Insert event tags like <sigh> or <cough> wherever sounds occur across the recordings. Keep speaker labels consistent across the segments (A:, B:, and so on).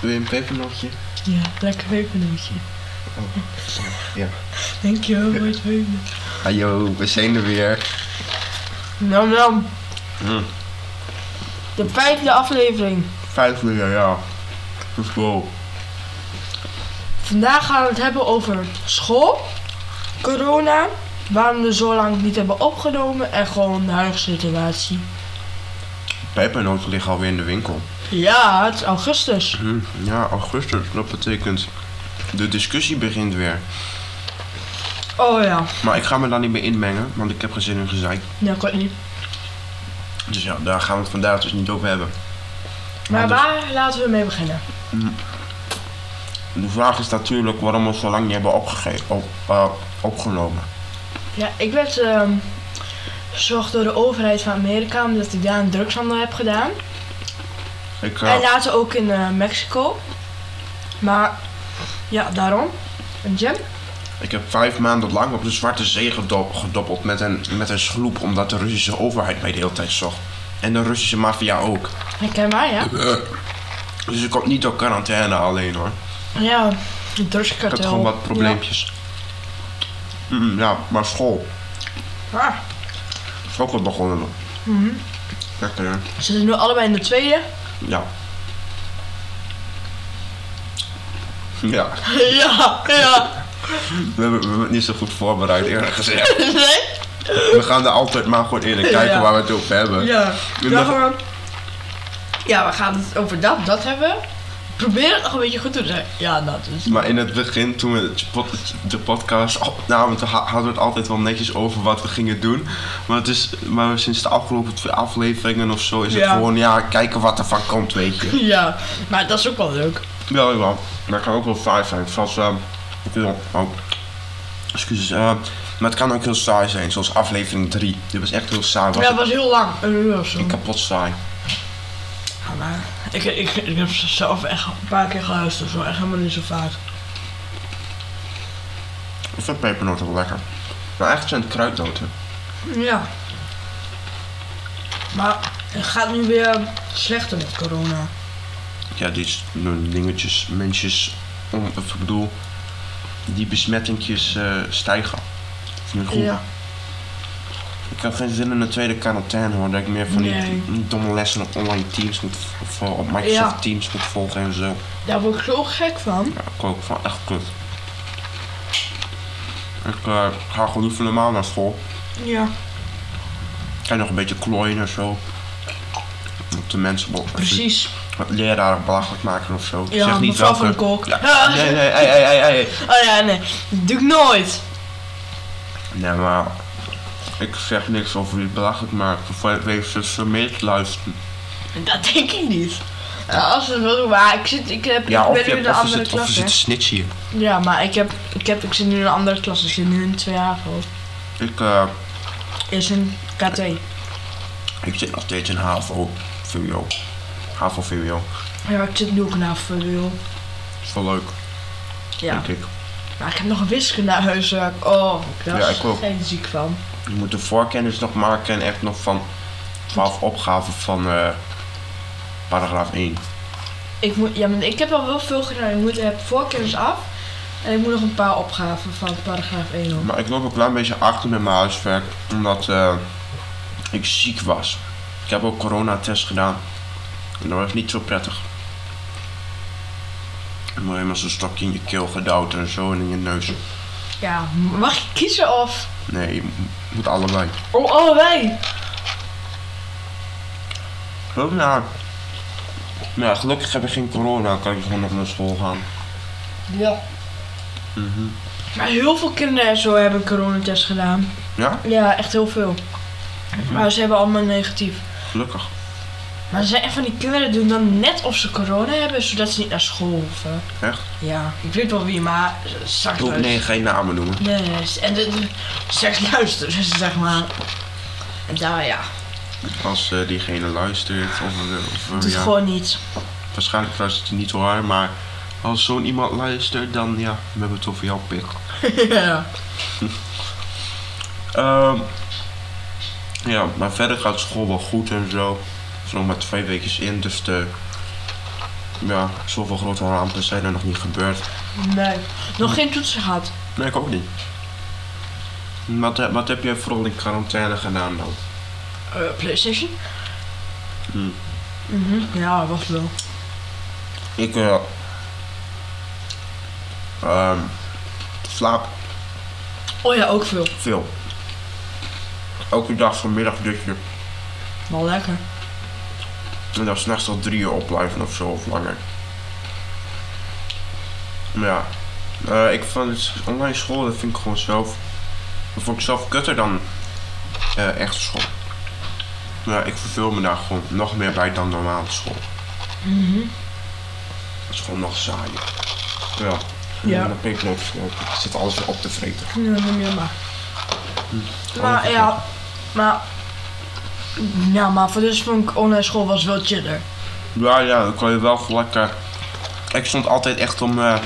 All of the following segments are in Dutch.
A: Wil je een pepernootje?
B: Ja, lekker pepernootje.
A: Oh, Ja.
B: Dankjewel voor het heugen.
A: Hallo, Ah, we zijn er weer.
B: Nam nam.
A: Mm.
B: De vijfde aflevering.
A: Vijf uur, ja. Let's go.
B: Vandaag gaan we het hebben over school, corona, waarom we zo lang niet hebben opgenomen en gewoon de huidige situatie.
A: Pepernoten liggen alweer in de winkel.
B: Ja, het is augustus.
A: Mm, Ja, augustus. Dat betekent... De discussie begint weer.
B: Oh ja,
A: Maar ik ga me daar niet meer inmengen, want ik heb geen zin in gezeik.
B: dat kan niet.
A: Dus ja, daar gaan we het vandaag dus niet over hebben.
B: Maar
A: dus-
B: waar laten we mee beginnen?
A: De vraag is natuurlijk waarom we zo lang niet hebben opgege- op, eh, opgenomen.
B: Ja, ik werd ehm gezocht door de overheid van Amerika omdat ik daar een drugshandel heb gedaan.
A: Ik,
B: En
A: eh,
B: later ook in eh, Mexico. Maar ja, daarom. Een gym?
A: ik heb vijf maanden lang op de Zwarte Zee gedop- gedoppeld met een, met een sloep, omdat de Russische overheid mij de hele tijd zocht. En de Russische maffia ook.
B: Herken mij, ja?
A: Dus ik kom niet op quarantaine alleen hoor.
B: Ja, een
A: Ik
B: drugskartel.
A: had gewoon wat probleempjes. Ja, ja maar school.
B: Ja. Ah,
A: Is ook wat begonnen.
B: Mhm.
A: Lekker hè?
B: ze zitten nu allebei in de tweede. <laughs>
A: Ja. Ja,
B: ja, ja.
A: we hebben, we hebben het niet zo goed voorbereid eerlijk gezegd.
B: Nee?
A: We gaan er altijd maar gewoon eerlijk
B: Ja.
A: kijken waar we het over hebben.
B: Ja.
A: Je
B: Ja,
A: mag-
B: gewoon. Ja, we gaan het over dat, dat hebben. we. Probeer het nog een beetje goed te zeggen. Ja, dat is. <laughs>
A: Maar in het begin, toen we het pod- de podcast opnamen, toen ha- hadden we het altijd wel netjes over wat we gingen doen. Maar, het is, maar sinds de afgelopen twee afleveringen of zo is het
B: Ja.
A: gewoon, ja, kijken wat er van komt, weet je.
B: Ja, maar dat is ook wel leuk.
A: Ja, ja. Maar het kan ook wel saai zijn. Zoals, ehm, ik wil- oh, excuses. ehm, maar het kan ook heel saai zijn, zoals aflevering 3. Dit was echt heel saai. Was
B: ja, het was heel lang. Een uur of zo.
A: het kapot saai.
B: Ja, maar ik, ik, ik heb ze zelf echt een paar keer geluisterd. Zo echt helemaal niet zo vaak.
A: Ik vind pepernoten wel lekker. Maar eigenlijk zijn het kruidnoten.
B: Ja. Maar het gaat nu weer slechter met corona.
A: Ja, dit is nu dingetjes, mensjes, om, of ik bedoel, die besmettingjes eh, stijgen. Is niet goed.
B: Ja.
A: Ik heb geen zin in een tweede quarantaine hoor, dat ik meer van die-
B: Nee.
A: die, domme lessen op online teams moet, of eh, op Microsoft
B: Ja.
A: Teams moet volgen en zo.
B: Daar word ik zo gek van.
A: Ja, ik ook van echt kut. Ik eh, ga gewoon niet van normaal naar school.
B: Ja.
A: Ik ga nog een beetje klooien en zo. Op de mensen op-
B: Precies.
A: Wat leraren belachelijk maken of zo.
B: Ja,
A: zeg niet
B: mevrouw van
A: welke-
B: de Kolk.
A: Ja.
B: <laughs> Ah.
A: Nee, nee, ei, ei, ei, ei.
B: Oh ja, nee. Dat doe ik nooit.
A: Nee, maar ik zeg niks over die belachelijk maken. Of wees dus vermeerd luisteren.
B: Dat denk ik niet. Ja, als het wel doen, maar ik, zit, ik, heb,
A: Ja,
B: ik
A: of,
B: ben
A: je,
B: nu in een
A: of, is
B: andere
A: het, of
B: klas.
A: is
B: hè.
A: het snitchen.
B: Ja, maar ik, heb, ik, heb, ik zit nu in een andere klas. Ik zit nu in 2 HAVO.
A: Ik, eh,
B: Is een KT.
A: ik zit nog steeds in HAVO. VWO. HAVO VWO.
B: Ja, maar ik zit nu ook naar VWO.
A: Is wel leuk,
B: Ja.
A: denk ik.
B: Maar ik heb nog een wiskundehuiswerk. Oh, daar
A: Ja,
B: is
A: ik ook.
B: geen ziek van.
A: Je moet de voorkennis nog maken en echt nog van 12 opgaven van eh, paragraaf 1.
B: Ik, moet, ja, maar ik heb al wel veel gedaan. Ik moet, heb voorkennis af. En ik moet nog een paar opgaven van paragraaf 1 op.
A: Maar ik loop een klein beetje achter met mijn huiswerk, omdat eh, ik ziek was. Ik heb ook coronatest gedaan. En dat was niet zo prettig. Dan word je helemaal zo'n stokje in je keel gedouwd en zo en in je neus.
B: Ja, mag ik kiezen of...
A: Nee, je moet allebei.
B: Oh, allebei!
A: Loop naar. Nou, ja, gelukkig heb ik geen corona, kan ik gewoon nog naar school gaan.
B: Ja. Maar heel veel kinderen en zo hebben een coronatest gedaan.
A: Ja,
B: Ja, echt heel veel. Maar ze hebben allemaal negatief.
A: gelukkig.
B: Maar er zijn echt van die kinderen die doen dan net of ze corona hebben, zodat ze niet naar school hoeven.
A: Echt?
B: Ja, ik weet wel wie, maar straks
A: Ik
B: luisteren.
A: nee, geen namen noemen.
B: Nee, nee, nee, en de, de, straks luisteren ze, zeg maar. En daar, ja,
A: Als eh, diegene luistert, of, eh, of eh,
B: doet
A: ja,
B: gewoon <laughs> niet.
A: waarschijnlijk luistert hij niet hoor, maar als zo'n iemand luistert, dan ja, we hebben het over jouw pik.
B: ja.
A: Ehm, ja, maar verder gaat school wel goed en zo. Er zijn nog maar twee weken in, dus de, ja, zoveel grote rampen zijn er nog niet gebeurd.
B: Nee. Nog geen toetsen gehad.
A: Nee, ik ook niet. Wat, heb- wat heb jij vooral in quarantaine gedaan dan?
B: Eh, PlayStation?
A: Hm.
B: Mhm, Ja, was wel.
A: Ik, eh. ehm, slaap
B: Oh ja, ook veel.
A: veel. Elke dag vanmiddag dutje.
B: Wel lekker.
A: En dan s'nachts tot drie uur opblijven of zo, of langer. Maar ja, eh, ik vond het online school, dat vind ik gewoon zelf... Dat vond ik zelf kutter dan eh echte school. Maar ja, ik verveel me daar gewoon nog meer bij dan normale school. Dat is gewoon nog saaier. Ja.
B: Ja.
A: En dan ben ik leuk voor. Ik zit alles weer op te vreten.
B: Nee, niet meer maar.
A: Hmm.
B: Maar
A: Alles
B: ja, maar... Ja, maar voor dus vond ik online school was wel chiller.
A: Ja, ja, dan kon je wel lekker. Ik stond altijd echt om eh,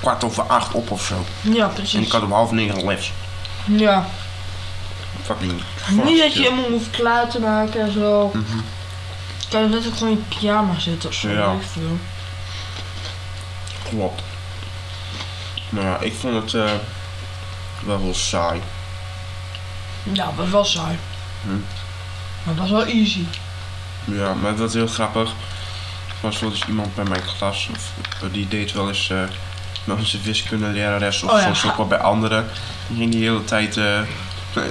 A: kwart over acht op of zo.
B: Ja,
A: En ik
B: precies.
A: had om half negen les.
B: Ja.
A: Fucking.
B: Niet dat je helemaal hoeft klaar te maken en zo. Kan je net ook gewoon in pyjama zitten of zo.
A: Mhm. Ja.
B: weet ik veel.
A: Klopt. Maar ja, ik vond het eh, wel heel saai.
B: Ja, was wel saai.
A: Hm.
B: Maar het was wel easy.
A: Ja, maar dat was heel grappig. Er was wel eens iemand bij mijn klas, of, die deed wel eens eh met onze wiskundelerares of
B: Oh ja,
A: soms ook
B: ga-
A: wel bij anderen. Die ging die hele tijd eh,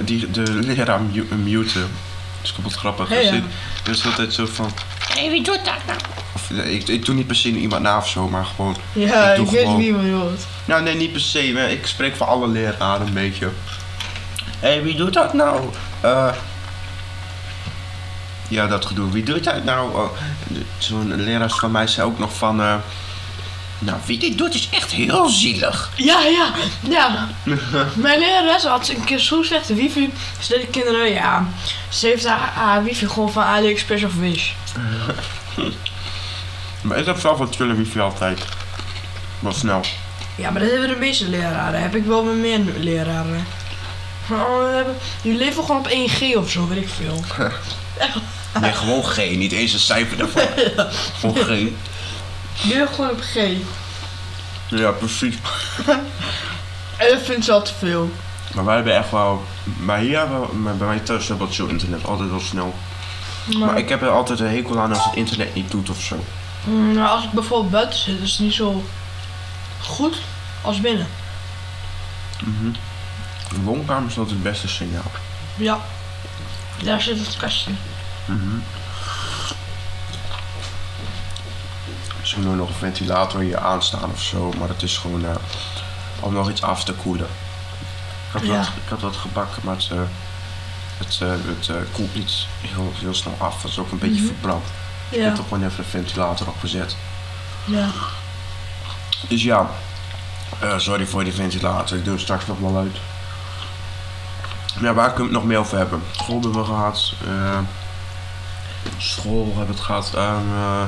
A: die, de leraar mu- eh, muten. Dat is kapot grappig.
B: Ja,
A: Dus
B: ja.
A: ik- Dat is altijd zo van...
C: Hey, wie doet dat nou?
A: Of, eh, ik, ik doe niet per se iemand na of zo, maar gewoon...
B: Ja,
A: Ik doe
B: ik weet
A: gewoon-
B: wie me doet.
A: Nou nee, niet per se. maar Ik spreek voor alle leraren een beetje. Hé, hey, wie doet dat nou? Eh, ja, dat gedoe. Wie doet dat nou? Eh, de- Zo'n leraar van mij zei ook nog van... eh, nou, wie dit doet is echt heel zielig.
B: Ja, ja, ja.
A: <laughs>
B: Mijn lerares had een keer zo slechte wifi. Ze deed de kinderen, ja. Ze heeft haar, haar wifi gewoon van AliExpress of Wish.
A: Maar ik heb zelf wat chille wifi altijd. Wel snel.
B: Ja, maar dat hebben de meeste leraren. Heb ik wel met meer leraren. Maar anderen hebben, die leven gewoon op 1G of zo, weet ik veel.
A: Nee, gewoon geen. Niet eens een cijfer daarvan. <laughs> Gewoon geen.
B: Die leven gewoon op G.
A: Ja, precies.
B: En dat vindt ze al te veel.
A: Maar wij hebben echt wel... Maar hier hebben we- maar bij mij thuis hebben we wat chill internet. Altijd wel snel.
B: Maar,
A: Maar ik heb er altijd een hekel aan als het internet niet doet of zo.
B: Mm, nou, als ik bijvoorbeeld buiten zit, is het niet zo goed als binnen.
A: De woonkamer is altijd het beste signaal.
B: Ja. Daar zit het kastje.
A: Ze moeten nog een ventilator hier aanstaan of zo, maar het is gewoon eh, om nog iets af te koelen. Ik had,
B: Ja.
A: wat, ik had wat gebakken, maar het, eh, het, eh, het eh, koelt niet heel, heel snel af. Het is ook een beetje verbrand. Ik
B: Mhm. Ja.
A: heb er gewoon even een ventilator op gezet.
B: ja.
A: Dus ja, eh, sorry voor die ventilator. Ik doe het straks nog wel uit. Ja, waar kunnen we het nog meer over hebben? School hebben we gehad. eh, school hebben we het gehad. ehm, eh,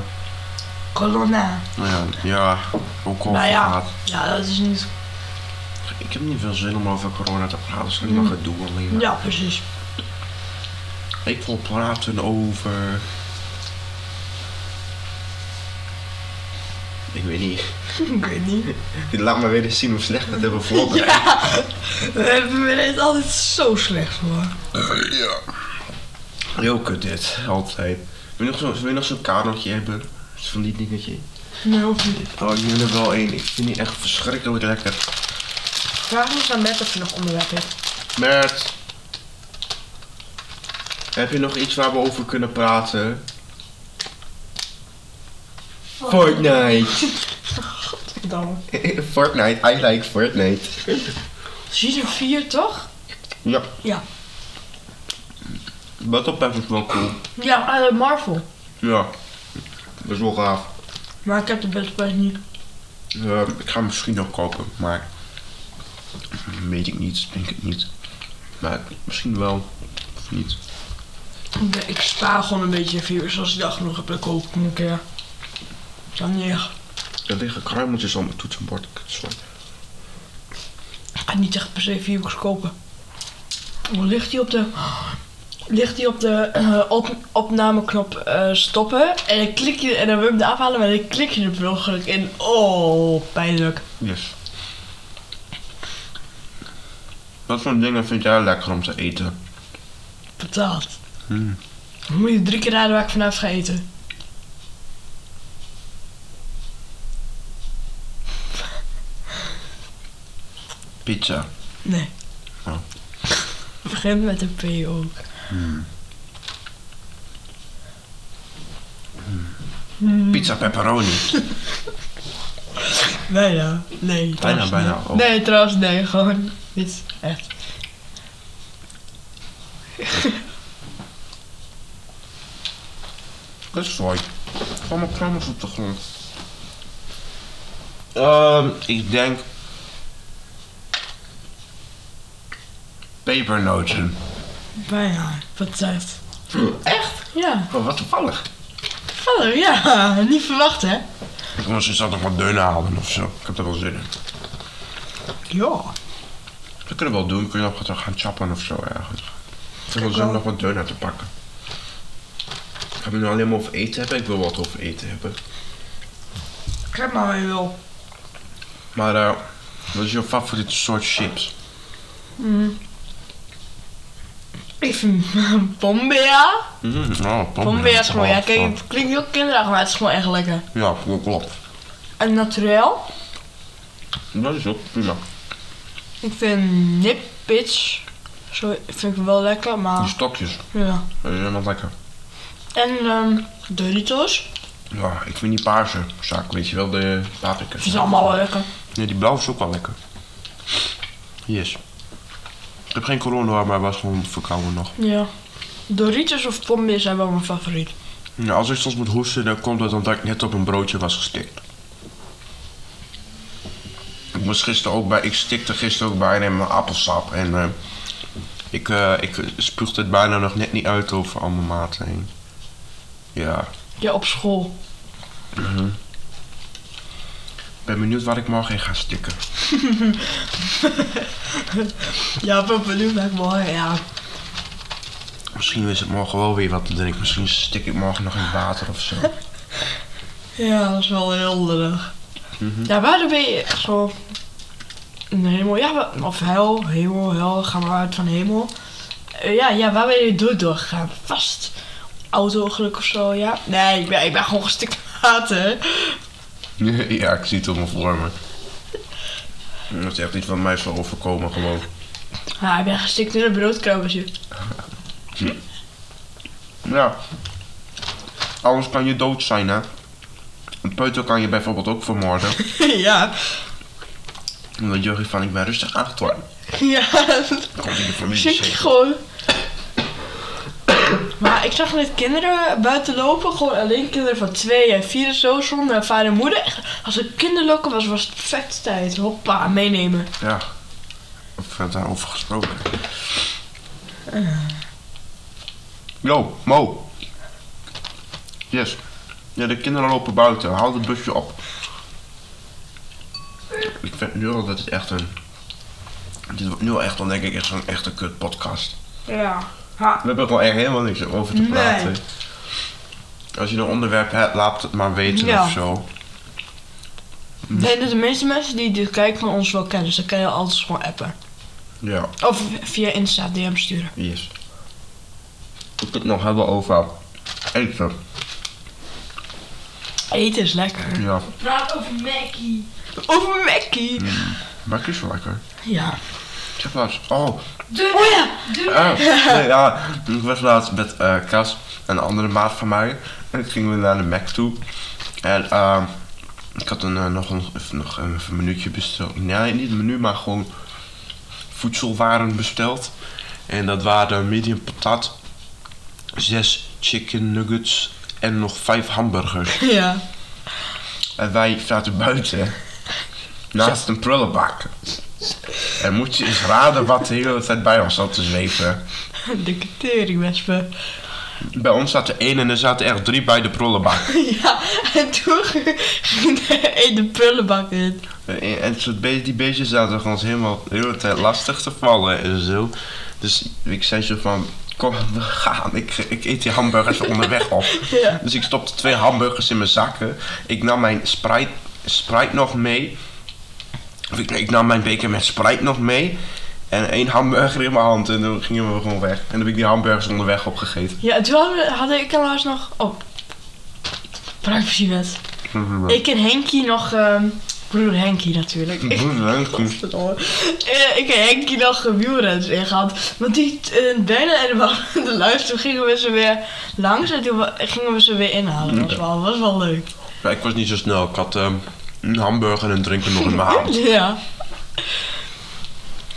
B: Corona.
A: nou ja, ja, ook over
B: Nou ja.
A: gehad.
B: Ja, dat is niet.
A: Ik heb niet veel zin om over corona te praten. Dus ik
B: Mm.
A: mag het doen alleen.
B: Ja, precies. <laughs>
A: Ik wil praten over... Ik weet niet. <laughs>
B: Ik weet niet.
A: Laat me weer eens zien hoe slecht het
B: <laughs>
A: hebben voorbereid.
B: Ja, we hebben we dit altijd zo slecht voor.
A: Ja. Heel kut dit, altijd. Wil je nog zo'n wil je nog zo'n kadertje hebben? Van die dingetje.
B: Nee, of niet.
A: Oh, ik wil er wel één. Ik vind die echt verschrikkelijk lekker.
B: Vraag eens aan Matt of je nog onderwerp hebt.
A: Mert. Heb je nog iets waar we over kunnen praten? Fortnite.
B: Dan.
A: <laughs> Fortnite, I like Fortnite.
B: Season 4, toch?
A: Ja.
B: Ja.
A: Battle Pass is wel cool.
B: Ja, uit Marvel.
A: Ja. Dat is wel gaaf.
B: Maar ik heb de best Pass niet.
A: Eh, ik ga hem misschien nog kopen, maar weet ik niet, denk ik niet. Maar misschien wel, of niet.
B: Ik- Ik spaar gewoon een beetje virus. Als ik dat genoeg heb, dan koop ik hem een keer. Dan niet echt.
A: Er liggen kruimeltjes op mijn toetsenbord, sorry.
B: Ah, Ik ga niet echt per se virus kopen. Hoe ligt die op de... ligt hij op de eh, op, opnameknop eh, stoppen. En dan klik je en dan wil je hem eraf halen, maar dan klik je er per ongeluk in. Oh, pijnlijk.
A: Yes. Wat voor dingen vind jij lekker om te eten?
B: Betaald.
A: Hmm.
B: Dan moet je drie keer raden waar ik vanavond ga eten.
A: Pizza.
B: Nee. <laughs>
A: Oh.
B: Begint met een P ook.
A: Pizza pepperoni.
B: Bijna. Nee. trouwens
A: bijna,
B: niet.
A: oh.
B: Nee, trouwens, nee. Gewoon. Dit is echt.
A: Dat is mooi. Allemaal krammels op de grond. Ehm, ik denk... Pepernoten.
B: Bijna. Wat tijd.
A: Echt?
B: Ja.
A: Oh, wat toevallig.
B: Hallo, ja. Niet verwacht, hè?
A: Ik moest eens nog wat deunen halen of zo. Ik heb er wel zin in.
B: Ja.
A: Dat kunnen we wel doen. We kunnen nog wat gaan chappen of zo ergens. Ik heb wel zin om nog wat deunen te pakken. Gaan we nu alleen maar over eten hebben? Ik wil wat over eten hebben.
B: Ik heb maar weer wel.
A: Maar eh, wat is jouw favoriete soort chips?
B: Mm. Ik vind <laughs> Bombea.
A: Mm, oh,
B: Bombea is gewoon, ja,
A: Oh,
B: kijk,
A: oh.
B: het klinkt heel kinderachtig, maar het is gewoon echt lekker.
A: Ja, dat klopt.
B: En naturel.
A: Dat is ook prima.
B: Ik vind nippits. Zo vind ik wel lekker,
A: Die
B: maar
A: stokjes,
B: ja.
A: dat is helemaal lekker.
B: En ehm Doritos.
A: Ja, ik vind die paarse zak, weet je wel, de paprika.
B: Vind ik allemaal wel lekker.
A: Nee, die blauwe is ook wel lekker. Yes. Ik heb geen corona hoor, maar was gewoon verkouden nog.
B: Ja. Doritos of Bombea zijn wel mijn favoriet.
A: Ja, als ik soms moet hoesten, dan komt dat omdat ik net op een broodje was gestikt. Ik, moest gisteren ook bij, ik stikte gisteren ook bijna in mijn appelsap. En eh, ik, eh, ik spuugde het bijna nog net niet uit over al mijn maten heen. Ja.
B: Ja, op school.
A: Ik ben benieuwd waar ik morgen in ga stikken.
B: Ja, ik ben benieuwd naar morgen, ja.
A: Misschien is het morgen wel weer wat te drinken. Misschien stik ik morgen nog in water of zo.
B: Ja, dat is wel heel lullig. Ja, waarom ben je echt zo... Een hemel, ja, wa- of hel, hemel, hel, gaan we uit van hemel. Eh, ja, ja, waar ben je dood doorgegaan? Vast auto-ongeluk of zo, ja. Nee, ik ben, ik ben gewoon gestikt in water.
A: <laughs> ja, ik zie het allemaal voor me. Dat is echt iets wat mij is wel overkomen gewoon.
B: Ja, Ah, ik ben gestikt in een broodkrabbertje.
A: Ja. Anders kan je dood zijn, hè. Een peuter kan je bijvoorbeeld ook vermoorden.
B: ja,
A: Omdat Jurgen van, ik ben rustig aangetoren.
B: <laughs> ja,
A: Komt in de familie
B: schrik je
A: zeker.
B: gewoon. <coughs> Maar ik zag net kinderen buiten lopen, gewoon alleen kinderen van twee en vier en zo, zonder vader en moeder. Echt, Als het kinderlokken was, was het perfecte tijd. Hoppa, meenemen.
A: Ja. Of werd daarover gesproken. Yo, Mo. Yes. Ja, de kinderen lopen buiten. Haal het busje op. Ik vind nu al dat het echt een... Dit wordt nu al echt, dan denk ik, echt zo'n echte kut podcast.
B: Ja. Ha.
A: We hebben gewoon echt helemaal niks over te
B: Nee.
A: praten. Als je een onderwerp hebt, laat het maar weten
B: Ja.
A: of zo.
B: Ik denk dat de meeste mensen die dit kijken van ons wel kennen, dus dan kan je altijd gewoon appen.
A: Ja,
B: Of via Insta DM sturen.
A: yes. Ik het nog hebben over eten.
B: Eten is lekker.
A: Ja,
C: Praat over Mackie.
B: Over Mackie.
A: maar is wel lekker.
B: Ja.
A: Ik was, oh,
C: De,
B: Oh ja.
C: de,
A: eh, nee, ja, ik was laatst met eh Cas, een andere maat van mij. En gingen we naar de Mac toe. En ehm, ik had een, eh, nog, een, even, nog even een minuutje besteld. Nee, niet een menu, maar gewoon voedselwaren besteld. En dat waren medium patat, zes chicken nuggets en nog vijf hamburgers.
B: Ja. <laughs>
A: En wij zaten buiten, naast een prullenbak. En moet je eens raden wat de hele tijd bij ons zat te zweven.
B: Dikke teringwespen.
A: Bij ons zat er één en er zaten echt drie bij de prullenbak.
B: <laughs> Ja, en toen ging de in de prullenbak in.
A: Eh, En en soort be- die beestjes zaten gewoon helemaal de hele tijd lastig te vallen en zo. Dus ik zei zo van, Kom, we gaan. Ik, ik eet die hamburgers <laughs> onderweg op.
B: Ja.
A: Dus ik stopte twee hamburgers in mijn zakken. Ik nam mijn Sprite, Sprite nog mee. Of Ik, ik nam mijn beker met Sprite nog mee. En één hamburger in mijn hand. En toen gingen we gewoon weg. En toen heb ik die hamburgers onderweg opgegeten.
B: Ja, toen hadden, we- hadden ik en Lars nog... Oh. Privacynet.
A: Mhm.
B: Ik en Henkie nog... ehm, broer Henkie natuurlijk. Ik, Godverdomme. Eh, ik en Henkie nog een wielrens in gehad. Want die eh, bijna en <laughs> de, de luister toen gingen we ze weer langs en toen wa- gingen we ze weer inhalen. Dat was wel, was wel leuk.
A: Ja, ik was niet zo snel. Ik had ehm, een hamburger en een drinken nog in mijn hand.
B: Ja.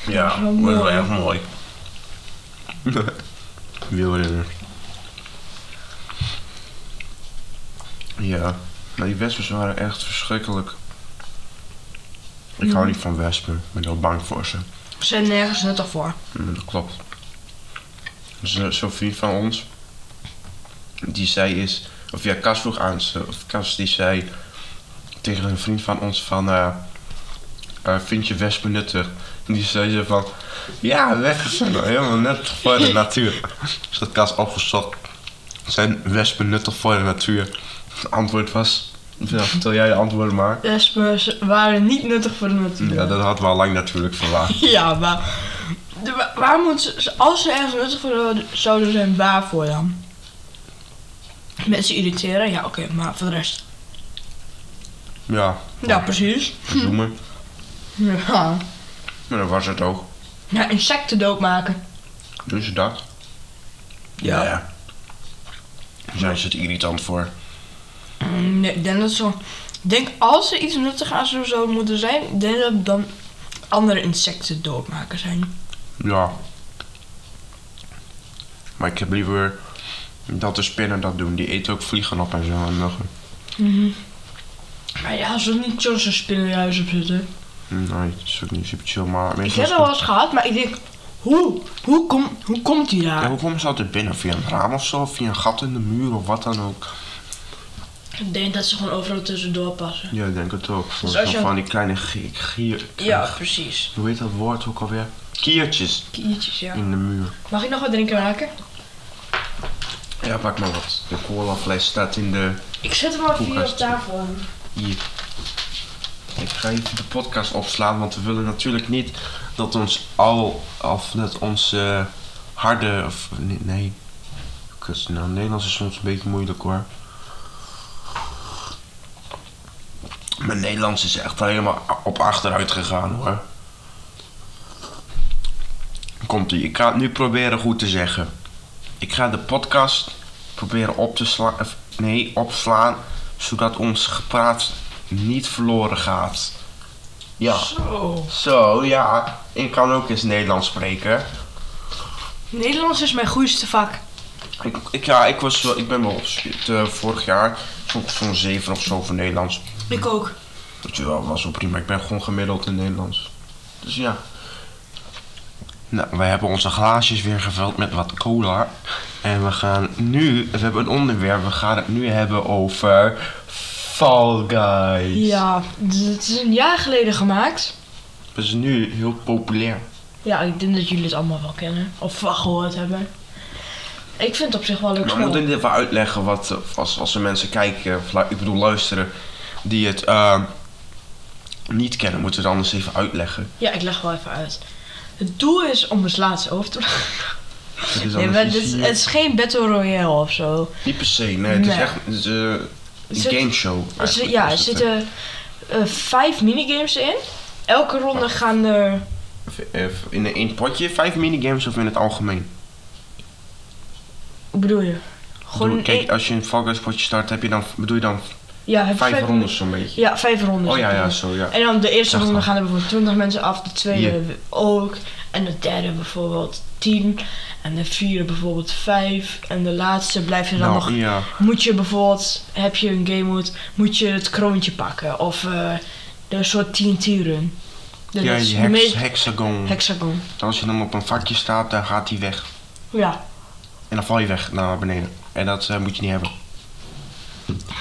A: Ja,
B: Wel
A: dat was wel
B: mooi.
A: erg <laughs> mooi. Wielrennen. Ja, nou die wespen waren echt verschrikkelijk. Ik hou niet van wespen. Ik ben heel bang voor ze.
B: We zijn nergens nuttig voor.
A: Mm, Dat klopt. Dus een Sophie van ons, die zei is, of ja, Cas vroeg aan, ze- of Cas die zei tegen een vriend van ons van, eh, eh, vind je wespen nuttig? En die zei ze van, ja, wespen zijn wel nou helemaal nuttig voor de natuur. Dus dat Cas opgezocht, zijn wespen nuttig voor de natuur? Het antwoord was, ja, vertel jij de antwoorden maar.
B: Wespen ze Dus waren niet nuttig voor de natuur.
A: Ja, dat hadden we al lang natuurlijk verwaar.
B: <laughs> Ja, maar... de- wa- waar moeten ze... Als ze ergens nuttig voor zouden- zouden zijn, waarvoor dan? Mensen irriteren? Ja, oké, maar voor de rest...
A: Ja,
B: Ja, precies.
A: bloemen.
B: Ja.
A: Maar dat was het ook.
B: Ja, insecten doodmaken.
A: Doen ze dat?
B: Ja.
A: Daar zijn ze het irritant voor.
B: Mm, Nee, ik denk dat zo. Ik denk als er iets nuttig aan zou zouden moeten zijn, ik denk dat het dan andere insecten doodmaken zijn.
A: Ja. Maar ik heb liever dat de spinnen dat doen. Die eten ook vliegen op en zo en muggen.
B: Maar ja, als er niet zo'n spinnenhuis op zitten.
A: Nee, dat is ook niet super chill, maar...
B: Ik heb dat wel eens gehad, maar ik denk, hoe? Hoe, kom, hoe komt die daar?
A: Ja, hoe komen ze altijd binnen? Via een raam of zo? Of Via een gat in de muur of wat dan ook?
B: Ik denk dat ze gewoon overal tussendoor passen.
A: Ja, ik denk het ook. Zo
B: Dus als je-
A: Van die kleine gi- gier...
B: Ja, precies.
A: Hoe heet dat woord ook alweer? Kiertjes
B: Kiertjes, ja.
A: in de muur.
B: Mag ik nog wat drinken maken?
A: Ja, pak maar wat. De colafles staat in de...
B: Ik zet hem al
A: Koelkast.
B: tafel.
A: Hier. Ik ga even de podcast opslaan, want we willen natuurlijk niet dat ons al of dat onze eh, harde of nee, nee. Kut, nou, Nederlands is soms een beetje moeilijk hoor. Mijn Nederlands is echt helemaal op achteruit gegaan hoor. Komt ie, ik ga het nu proberen goed te zeggen. Ik ga de podcast proberen op te slaan, of nee, opslaan, zodat ons gepraat niet verloren gaat. Ja.
B: Zo.
A: Zo, ja. Ik kan ook eens Nederlands spreken.
B: Nederlands is mijn goeieste vak.
A: Ik, ik, ja, ik, was, wel- ik ben wel op het, eh, vorig jaar zo'n zo'n 7 of zo voor Nederlands.
B: Ik ook.
A: Dat wel, was wel prima. Ik ben gewoon gemiddeld in Nederlands. Dus ja. Nou, wij hebben onze glaasjes weer gevuld met wat cola. En we gaan nu, we hebben een onderwerp, we gaan het nu hebben over Fall Guys.
B: Ja, d- het is een jaar geleden gemaakt.
A: Dat is nu heel populair.
B: Ja, ik denk dat jullie het allemaal wel kennen. Of wel gehoord hebben. Ik vind het op zich wel leuk
A: Maar we
B: spel.
A: moeten dit even uitleggen wat eh, als, als er mensen kijken, of lu- ik bedoel luisteren, die het eh, niet kennen, moeten we het anders even uitleggen.
B: Ja, ik leg wel even uit. Het doel is om het laatste over te
A: Het <laughs> is
B: Nee,
A: anders
B: maar
A: niet
B: dit,
A: hier.
B: het is geen Battle Royale of zo.
A: Niet per se, nee, het is
B: Nee.
A: echt het is, eh,
B: Het
A: een
B: zit-
A: gameshow.
B: Er zit,
A: eigenlijk
B: ja,
A: is
B: er
A: het, eh.
B: zitten eh, vijf minigames in. Elke ronde gaan er...
A: V- eh, v- In één potje, vijf minigames of in het algemeen?
B: Hoe bedoel je?
A: Ik
B: Gewoon
A: Bedoel, kijk,
B: één-
A: als je een Fall Guys potje start, heb je dan, bedoel je dan
B: ja, heb je
A: vijf
B: mini-
A: rondes zo'n beetje?
B: Ja, vijf rondes.
A: Oh ja,
B: heb je
A: ja,
B: dan.
A: zo, ja.
B: En dan de eerste
A: Echt
B: ronde
A: waar.
B: gaan er bijvoorbeeld 20 mensen af, de tweede
A: Ja.
B: ook. En de derde bijvoorbeeld 10. En de vierde bijvoorbeeld 5. En de laatste blijf je dan nog.
A: Nou, ja.
B: Moet je bijvoorbeeld, heb je een game mode, moet je het kroontje pakken. Of eh, de soort TNT run. De,
A: Ja,
B: dat is
A: die
B: de
A: hex-
B: meest-
A: hexagon.
B: hexagon.
A: Als je dan op een vakje staat, dan gaat hij weg.
B: Ja.
A: En dan val je weg naar beneden. En dat eh, moet je niet hebben.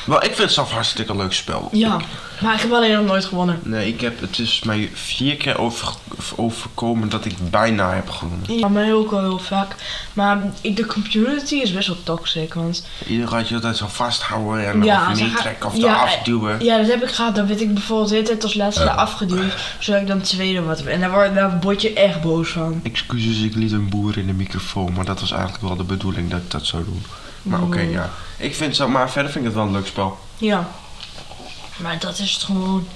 A: Wel, ik vind SAF hartstikke een leuk spel.
B: Ja, maar ik heb alleen nog nooit gewonnen.
A: Nee, ik heb, het is mij vier keer over, overkomen dat ik bijna heb gewonnen.
B: Ja, mij ook wel heel vaak. Maar de community is best wel toxic, want...
A: Iedereen had je altijd zo vasthouden en
B: Ja,
A: of
B: ze
A: je niet
B: gaan-
A: trekken of
B: ja, eh,
A: eraf duwen.
B: Ja, dat heb ik gehad. Dan werd ik bijvoorbeeld de hele tijd als laatste afgeduwd. Zodat ik dan tweede wat En daar word, daar word je echt boos van.
A: Excuses, ik liet een boer in de microfoon, maar dat was eigenlijk wel de bedoeling dat ik dat zou doen. Maar oké,
B: Mm.
A: ja. Ik vind zo, maar verder vind ik het wel een leuk spel.
B: Ja. Maar dat is het gewoon...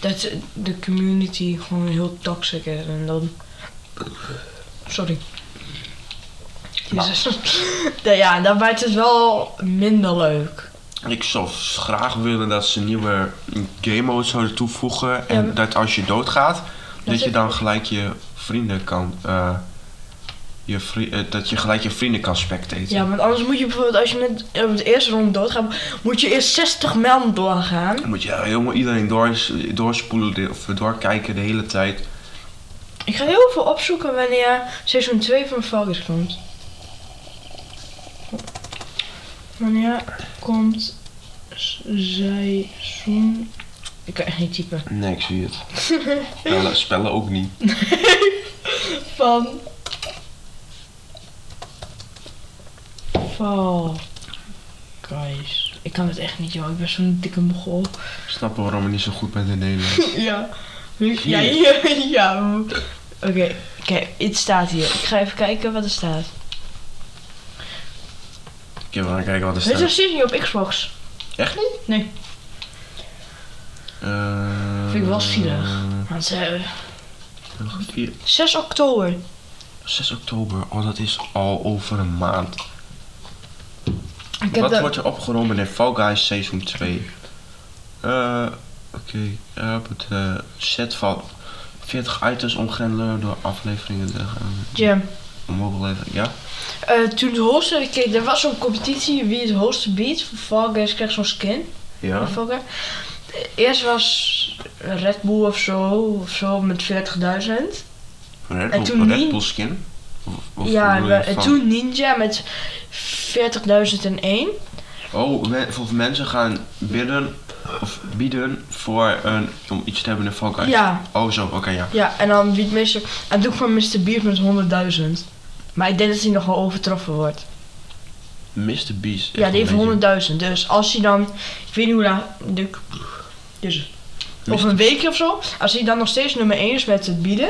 B: Dat de community gewoon heel toxic is. En dan... Sorry. Jezus. <laughs> Nou ja, dan wordt het wel minder leuk.
A: Ik zou graag willen dat ze nieuwe game modes zouden toevoegen. En
B: Ja, maar-
A: dat als je doodgaat, dat, je
B: is-
A: dan gelijk je vrienden kan. eh, je vri- eh, dat je gelijk je vrienden kan spectaten.
B: Ja, want anders moet je bijvoorbeeld, als je net op het eerste ronde doodgaat, moet je eerst 60 mijl doorgaan.
A: Dan moet je helemaal iedereen doors, doorspoelen de- of doorkijken de hele tijd.
B: Ik ga heel veel opzoeken wanneer seizoen 2 van Valkyrie komt. Wanneer komt s- seizoen... Ik kan echt niet typen.
A: Nee, ik zie
B: <laughs>
A: het. spellen, spellen ook niet.
B: Van... Val... Guys. Ik kan het echt niet, joh. Ik ben zo'n dikke mogol.
A: Ik snap wel waarom je niet zo goed bent in Nederland.
B: <laughs> Ja. Ja, ja, <laughs> ja. Oké, oké, het staat hier. Ik ga even kijken wat er staat.
A: Ik heb wel kijken wat er
B: Het
A: staat.
B: is zit niet op Xbox.
A: Echt
B: niet? Nee.
A: Eh,
B: Vind ik wel zielig. Want ze
A: vier-
B: 6 oktober.
A: 6 oktober, oh dat is al over een maand.
B: Ik heb
A: Wat
B: de-
A: wordt er opgenomen in Fall Guys Seizoen 2? Eh, oké. eh het eh, set van 40 items omgrendelen door afleveringen te gaan.
B: Jam.
A: Omhoog leven, ja?
B: Eh, toen het hoogste, kijk, er was zo'n competitie wie het hoogste biedt. Voor Fall Guys kreeg zo'n skin.
A: Ja.
B: Fall Guys. Eerst was Red Bull of zo, of zo met 40.000.
A: Red
B: En
A: Bull,
B: toen
A: Red
B: die-
A: Bull skin? Of- of
B: Ja,
A: bedoel
B: en,
A: je
B: we- en
A: van-
B: toen Ninja met 40.001.
A: Oh, men- of mensen gaan bidden of bieden voor een, om iets te hebben in Fall Guys.
B: Ja.
A: Oh zo, oké ja.
B: Ja, en dan wie het meeste. En toen kwam Mr. Beast met 100.000. Maar ik denk dat hij nog wel overtroffen wordt.
A: Mr. Beast.
B: ja, die
A: even
B: heeft 100.000. Dus als hij dan. Ik weet niet hoe lang. de- Dus. Of een weekje of zo. Als hij dan nog steeds nummer 1 is met het bieden.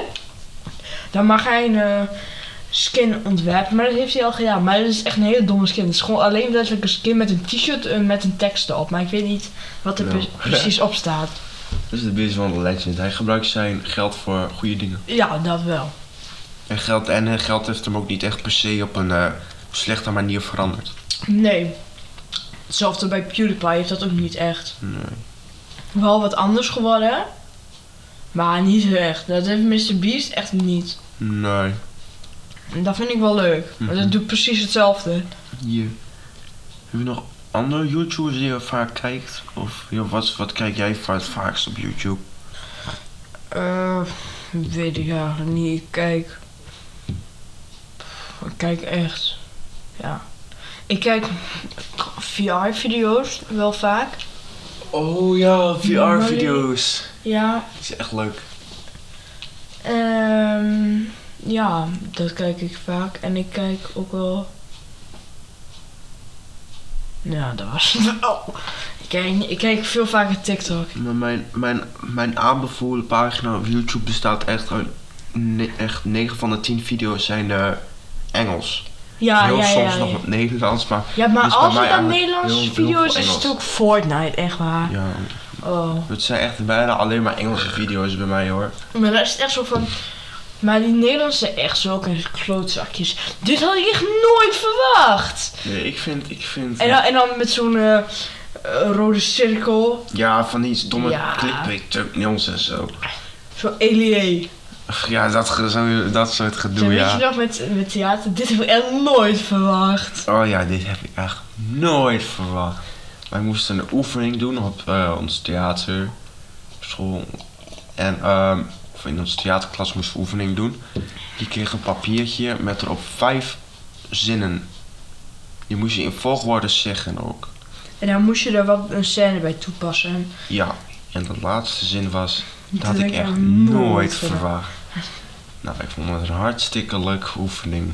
B: Dan mag hij een eh, skin ontwerpen. Maar dat heeft hij al gedaan. Maar dat is echt een hele domme skin. Het is gewoon alleen letterlijk een skin met een t-shirt en met een tekst erop. Maar ik weet niet wat er
A: Ja.
B: pre- precies op staat.
A: Mr. Beast is wel een legend. Hij gebruikt zijn geld voor goede dingen.
B: Ja, dat wel.
A: En geld, en eh, geld heeft hem ook niet echt per se op een eh, slechte manier veranderd.
B: Nee. Hetzelfde bij PewDiePie heeft dat ook niet echt.
A: Nee.
B: Wel wat anders geworden. Maar niet echt. Dat heeft Mr. Beast echt niet.
A: Nee.
B: En dat vind ik wel leuk. Want
A: Mhm.
B: dat doet precies hetzelfde.
A: Hier. Heb je nog andere YouTubers die je vaak kijkt? Of ja, wat, wat kijk jij voor het vaakst op YouTube?
B: Eh, weet ik eigenlijk niet. Ik Kijk. Ik kijk echt. Ja. Ik kijk VR-video's wel vaak.
A: Oh ja,
B: VR-video's. Ja.
A: Dat is echt leuk.
B: Ehm ja, dat kijk ik vaak. En ik kijk ook wel. Ja, dat was het <laughs> wel. Ik kijk, ik kijk veel vaker TikTok.
A: Maar mijn, mijn, mijn aanbevolen pagina op YouTube bestaat echt uit... ne- echt 9 van de 10 video's zijn eh, Engels.
B: Ja,
A: Heel
B: Ah, ja, ja.
A: soms
B: ja.
A: nog wat Nederlands, maar...
B: Ja, maar
A: dus bij
B: als
A: mij
B: het een
A: eigenlijk heel-
B: Nederlandse
A: heel
B: video
A: veel
B: is, is het
A: Engels.
B: ook Fortnite, echt waar.
A: Ja,
B: Oh.
A: het zijn echt bijna alleen maar Engelse video's bij mij hoor.
B: Maar dat is het echt zo van. Maar die Nederlandse zijn echt zulke klootzakjes. Dit had ik echt nooit verwacht.
A: Nee, ik vind... Ik vind
B: En dan, en dan met zo'n eh, eh, rode cirkel.
A: Ja, van die domme
B: Ja.
A: clickbait nonsens zo.
B: Zo'n alien.
A: Ach, Ja, dat, ge- zo, dat soort
B: Zo,
A: gedoe,
B: weet je
A: ja.
B: nog met, met theater? Dit heb ik echt nooit verwacht.
A: Oh ja, dit heb ik echt nooit verwacht. Wij moesten een oefening doen op eh, ons theater, op school. En ehm, of in onze theaterklas moesten we oefening doen. Je kreeg een papiertje met erop vijf zinnen. Die moest je in volgorde zeggen ook.
B: En dan moest je er wat een scène bij toepassen.
A: Ja, en de laatste zin was, dat
B: had
A: had ik
B: ik
A: echt
B: nooit
A: nooit
B: verwacht.
A: verwacht. Nou, ik vond het een hartstikke leuke oefening.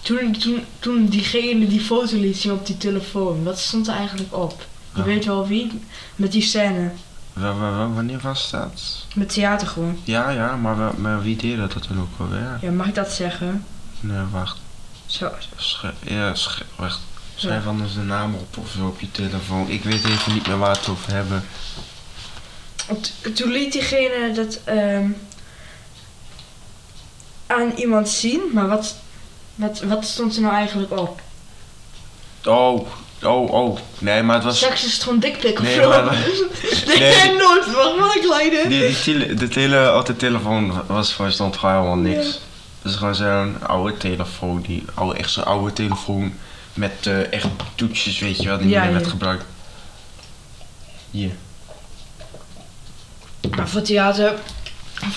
B: Toen, toen, toen diegene die foto liet zien op die telefoon, wat stond er eigenlijk op? Je
A: Ja.
B: weet wel wie? Met die scène.
A: Wa- wa- wa- Wanneer was dat?
B: Met theater gewoon.
A: Ja, ja, maar, wa- maar wie deed dat toen ook alweer?
B: Ja, mag ik dat zeggen?
A: Nee, wacht.
B: Zo.
A: Schrijf, ja, sch- wacht. Schrijf anders de naam op of zo op je telefoon. Ik weet even niet meer waar we het over hebben.
B: T- Toen liet diegene dat ehm, aan iemand zien, maar wat, wat, wat stond er nou eigenlijk op?
A: Oh, oh, oh. Nee, maar het was...
B: Seks is gewoon dikpik of
A: Nee,
B: zo. <laughs>
A: maar- Nee.
B: Nee, nee. nooit verwacht, wat ik leiden.
A: Die, die tele, de tele, oh, de telefoon was gewoon, stond gewoon helemaal niks.
B: Ja.
A: Het is gewoon zo'n oude telefoon, die oude, echt zo'n oude telefoon met eh, echt toetsjes, weet je wel, die
B: Ja,
A: niet meer
B: ja.
A: werd gebruikt. Hier.
B: Maar Nou, voor theater...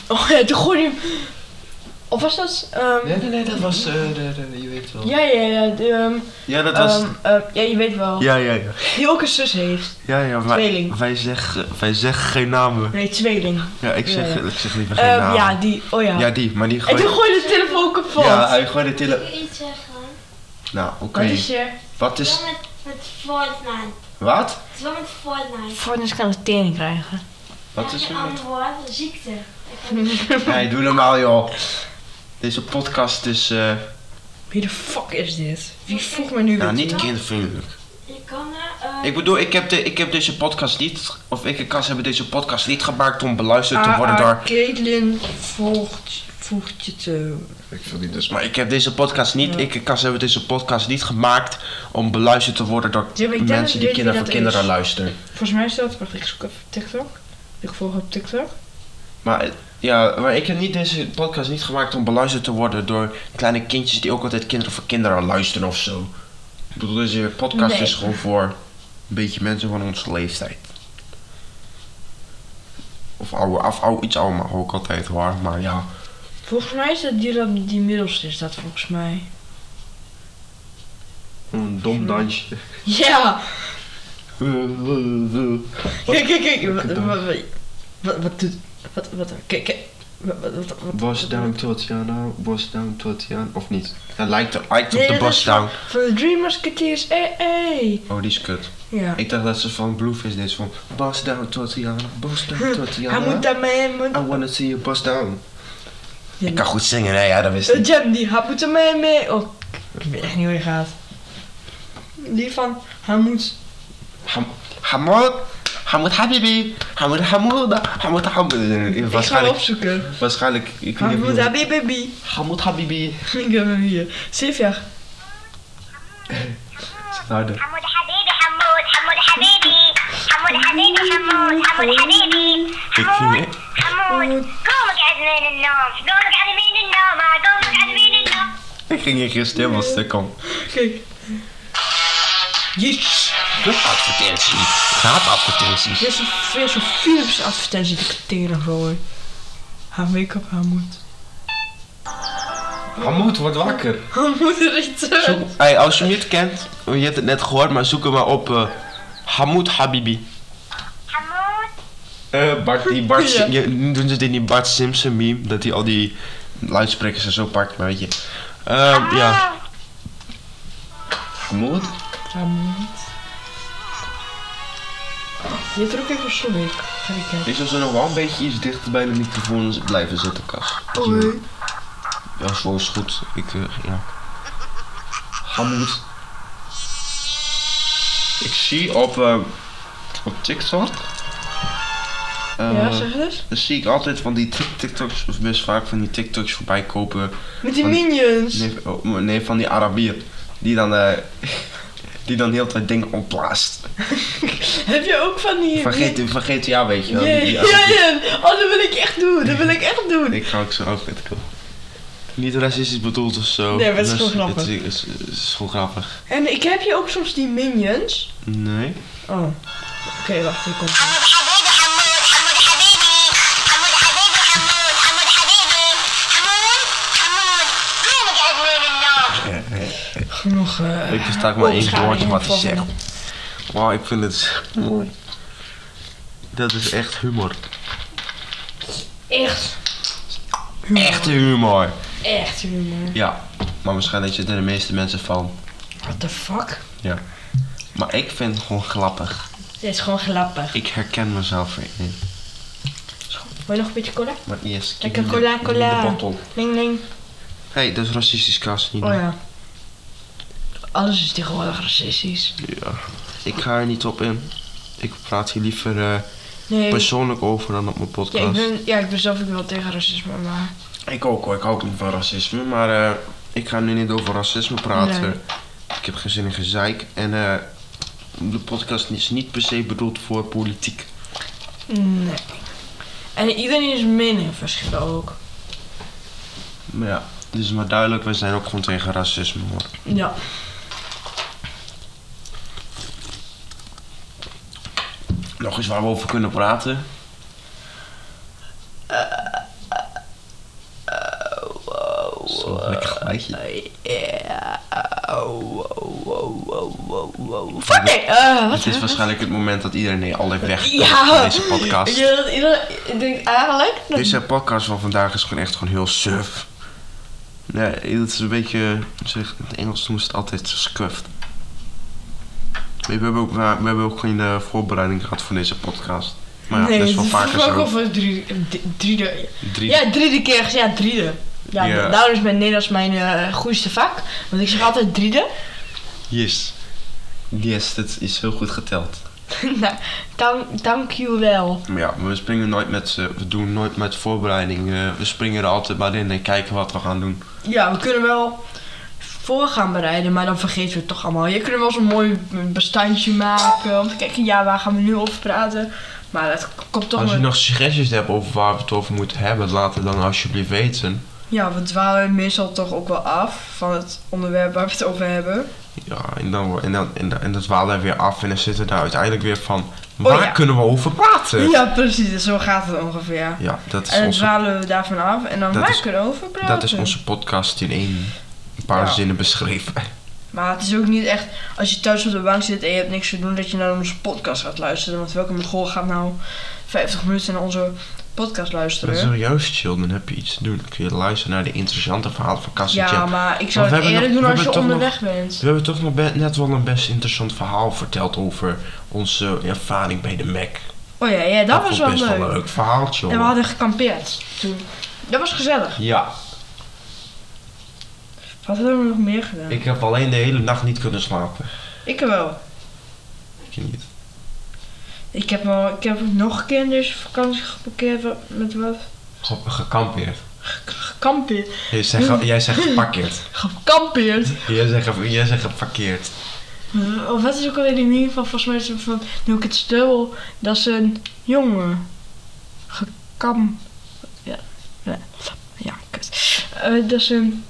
B: Oh ja, toen gooide je hem... Of was dat... ehm,
D: Nee, nee, nee, dat was, eh, de, de, je weet wel.
B: Ja, ja, ja. de, ehm,
A: Ja, dat was...
B: ehm, eh, ja, je weet wel.
A: ja, ja, ja.
B: Die ook een zus heeft.
A: Ja, ja, maar
B: Tweeling.
A: wij zeggen, wij zeggen geen namen.
B: Nee, tweeling.
A: Ja, ik zeg,
B: Ja, ja.
A: Ik zeg liever geen
B: Ehm,
A: namen.
B: ja, die. Oh ja.
A: Ja, die, maar die
B: en toen
A: gewoon...
B: gooide de telefoon kapot.
A: Ja, hij gooide de
C: Wil
A: tele...
C: je iets zeggen?
A: Nou, oké.
B: Wat is je?
A: Wat
C: Het is
A: is...
C: wel met, met Fortnite.
A: Wat?
C: Het is wel met Fortnite.
B: Fortnite kan een tering krijgen.
A: Wat is
C: een
A: er met...
C: ander woord? Ziekte. Ik heb-
A: Nee, doe normaal, joh. Deze podcast is... eh
B: <laughs> Wie de fuck is dit? Wie vroeg me nu
A: nou,
B: dit?
A: niet kindvriendelijk.
C: Je kan er... eh,
A: Ik bedoel, ik heb, de, ik heb deze podcast niet... Of ik en Cas hebben deze podcast niet gemaakt om beluisterd te worden
B: AA
A: door...
B: Caitlin Ah, volgt, voegt je te...
A: Ik wil niet dus... Maar ik heb deze podcast niet... Ik en Cas hebben deze podcast niet gemaakt om beluisterd te worden door
B: Ja, maar ik denk dat
A: mensen
B: ik
A: die
B: weet wie
A: kinder voor
B: dat
A: kinderen
B: is.
A: luisteren.
B: Volgens mij is dat... Wacht, ik zoek even TikTok. Ik volg op TikTok.
A: Maar, eh, ja, maar ik heb niet deze podcast niet gemaakt om beluisterd te worden door kleine kindjes die ook altijd kinderen voor kinderen luisteren of zo. Ik bedoel, deze podcast
B: Nee.
A: is gewoon voor een beetje mensen van onze leeftijd. Of, oude, of oude, iets ouder mag ook altijd hoor, maar ja.
B: Volgens mij is dat die, dat die middelste is dat volgens mij.
A: Een dom dansje. <laughs>
B: Ja! Kijk, kijk, kijk. Wat, wat, wat, wat doet... Wat, wat, kijk, kijk. Wat, wat, wat, wat-
D: Bos down tot
A: nou,
D: Jana, bos down tot Jan, of niet?
A: Dat lijkt, op- lijkt op
B: Nee,
A: de
B: dat
A: bas
B: is van-
A: down.
B: Van de Dream Musketeers, eh, eh.
A: Oh, die is kut.
B: Ja.
A: Ik dacht dat ze van Blueface deed. Van bas down, Tatiana. Bas down,
B: Hij moet
A: Tatiana.
B: daarmee, hij moet...
A: I wanna see you bas down.
B: Ja.
A: Oh, Ik kan goed zingen, hè? Ja, dat wist ik.
B: De jam Eh, die hij moet daarmee, mee. Oh, ik weet echt niet hoe je gaat. Die van, hij moet...
A: Ham- Hamad, Hamad Habibi, Hamad Hamuda, Hamad Hamad.
B: Ik ga hem
A: Waarschijnlijk,
B: opzoeken.
A: waarschijnlijk, ik weet
B: Hij
A: niet
B: moet
A: of
B: daarmee, baby.
D: Hamut Habibi.
B: Ik heb hem hier. Zeven jaar.
A: harder.
E: حمود حبيبي حمود حمود حبيبي حمود حبيبي حمود حمود حبيبي حمود حمود قوم اقعد من النوم قوم اقعد من النوم آه، قوم اقعد من النوم
A: Ik ging hier gisteren helemaal stuk om.
B: Kijk. Jezus.
A: Advertentie, graadadvertenties.
B: Dit is een- weer zo'n Philips advertentie die ik tegen hoor. Haar make-up, haar moet.
D: Hamut, word wakker.
B: Haar <laughs> moet erin terug.
A: Hey, als je hem niet kent, je hebt het net gehoord, maar zoek hem maar op. eh Hamoud Habibi.
E: حمود
A: Eh Bart, die Bart,
B: Ja.
A: je, doen ze dit in die Bart Simpson meme, dat hij al die luidsprekers en zo pakt, maar weet je.
B: Ah!
A: Ehm, ja. Hamoud?
E: حمود
B: Haar moet. Je hebt er ook even zo'n week. Ga ik kijken.
A: Is als we nog wel een beetje iets dichter bij de microfoon blijven zitten, Kas.
B: Oei.
A: Ja, zo is goed. Ik, eh, ja.
D: Hamut.
A: Ik zie op, eh, op TikTok. eh,
B: Ja, zeg het eens.
A: dan zie ik altijd van die tik- TikToks, of best vaak van die TikToks voorbij kopen.
B: Met die
A: Van-
B: minions.
A: Nee, oh, nee van die Arabier. Die dan, eh, <laughs> die dan heel tijd dingen opblaast.
B: Heb je ook van die...
A: Vergeet, vergeet ja, weet je wel. die-
B: Ja,
A: die
B: <laughs> ja,
A: Arabier.
B: ja. Oh, dat wil ik echt doen. Dat wil ik echt doen.
A: Ik ga ook zo outfit kopen. Niet racistisch bedoeld of zo.
B: Nee, maar het is
A: Dus
B: gewoon grappig.
A: Het is, het is gewoon grappig.
B: En ik heb je ook soms die minions.
A: Nee.
B: Oh. Oké, wacht, ik kom.
E: حمود حبيبي حمود حمود حبيبي حمود حبيبي حمود حمود حبيبي حمود حمود قوم اقعد من النوم
B: Genoeg. eh
A: Ik versta maar één
B: Oorbeschading
A: woordje wat hij
B: van-
A: zegt. Wauw, ik vind het mooi. Dat is echt humor.
B: Echt.
A: Echte humor.
B: Echt humor.
A: Ja, maar waarschijnlijk zitten de meeste mensen van.
B: What the fuck?
A: Ja. Maar ik vind het gewoon grappig.
B: Dit is gewoon grappig.
A: Ik herken mezelf erin.
B: Wil je nog een beetje cola?
A: Maar eerst.
B: Lekker
A: de-
B: cola,
A: de
B: cola.
A: bottle.
B: Ding, ding.
A: Hé, hey, dat is racistisch, Kas. Niet
B: Oh
A: doen.
B: ja. Alles is tegenwoordig racistisch.
A: Ja. Ik ga er niet op in. Ik praat hier liever eh,
B: Nee.
A: persoonlijk over dan op mijn
B: Ja, ik
A: podcast.
B: ben, ja, ik ben zelf ook wel tegen racisme, maar...
A: Ik ook hoor, ik hou ook niet van racisme, maar eh, ik ga nu niet over racisme praten.
B: Nee.
A: Ik heb geen zin in gezeik en eh, de podcast is niet per se bedoeld voor politiek.
B: Nee. En iedereen is mening verschil ook.
A: Maar ja, het is maar duidelijk, wij zijn ook gewoon tegen racisme hoor.
B: Ja.
A: Nog eens waar we over kunnen praten. Zo, lekker geluidje.
B: Ja. Oh, oh, oh, oh, oh, oh. Fuck nee! Eh, wat
A: Het is waarschijnlijk het moment dat iedereen nee, alweer weg is
B: Ja.
A: van deze podcast.
B: Ja, dat iedereen denkt eigenlijk... Dat...
A: Deze podcast van vandaag is gewoon echt gewoon heel suf. Nee, het is een beetje, zeg, in het Engels noemen ze het altijd scuffed. We hebben ook, we hebben ook geen eh, voorbereiding gehad voor deze podcast. Maar ja,
B: nee,
A: dat is wel
B: het
A: vaker
B: ook al
A: zo.
B: voor drie, drie, drie,
A: Drie,
B: Ja, driede keer. gezegd, Ja, driede. Ja,
A: Ja.
B: d- daarom is mijn Nederlands mijn eh goeiste vak. Want ik zeg altijd driede. <laughs>
A: Yes. Yes, dat is heel goed geteld.
B: nou, dank, dank u wel.
A: Maar ja, we springen nooit met, eh, we doen nooit met voorbereiding. eh, we springen er altijd maar in en kijken wat we gaan doen.
B: Ja, we kunnen wel voor gaan bereiden, maar dan vergeten we het toch allemaal. Je kunt wel zo'n mooi bestandje maken. Om te kijken, ja, waar gaan we nu over praten? Maar dat k- komt toch
A: Als je
B: met-
A: nog suggesties hebt over waar we het over moeten hebben, laat het dan alsjeblieft weten.
B: Ja, we dwalen meestal toch ook wel af van het onderwerp waar we het over hebben.
A: Ja, en dan, en dan, en dan, en dat dwalen we weer af en dan zitten we daar uiteindelijk weer van... Waar
B: Oh ja.
A: kunnen we over praten?
B: Ja, precies. dus Zo gaat het ongeveer.
A: Ja, dat is
B: En dan
A: onze,
B: dwalen we daarvan af en dan
A: Dat
B: waar
A: is-
B: kunnen we over praten.
A: dat is onze podcast in één een paar
B: Ja.
A: zinnen beschreven.
B: Maar het is ook niet echt, als je thuis op de bank zit en je hebt niks te doen, dat je naar onze podcast gaat luisteren. Want welke Mongool gaat nou 50 minuten naar onze podcast
A: Maar
B: luisteren?
A: <laughs> serieus, chill, dan heb je iets te doen. Dan kun je luisteren naar de interessante verhalen van Cassie
B: Ja,
A: Jam.
B: maar ik zou
A: Maar we hebben
B: het eerder
A: nog-
B: doen
A: we
B: als je
A: hebben toch nog-
B: onderweg bent.
A: We hebben toch nog be- net wel een best interessant verhaal verteld over onze eh, ervaring bij de Mac.
B: Oh ja, ja dat, was
A: vond
B: wel
A: ik best
B: leuk.
A: wel een leuk verhaaltje.
B: En we
A: hoor.
B: hadden gekampeerd toen. Dat was gezellig.
A: Ja,
B: Wat hebben we nog meer gedaan? Ik,
A: ik heb alleen de hele nacht niet kunnen slapen.
B: wel.
A: Ik niet.
B: Ik heb, al, ik heb nog een keer in deze vakantie geparkeerd wa- met wat?
A: Ge- Gekampeerd.
B: Gekampeerd.
A: Jij zegt,
B: Hm.
A: ge- jij zegt geparkeerd.
B: Gekampeerd. Eh,
A: Jij zegt, ge- jij zegt geparkeerd.
B: Of wat is ook alweer in ieder geval, volgens mij is het van, nu ik het stil, dat is een jongen. Gekam. Ja, ja, ja kut. Eh, dat is een.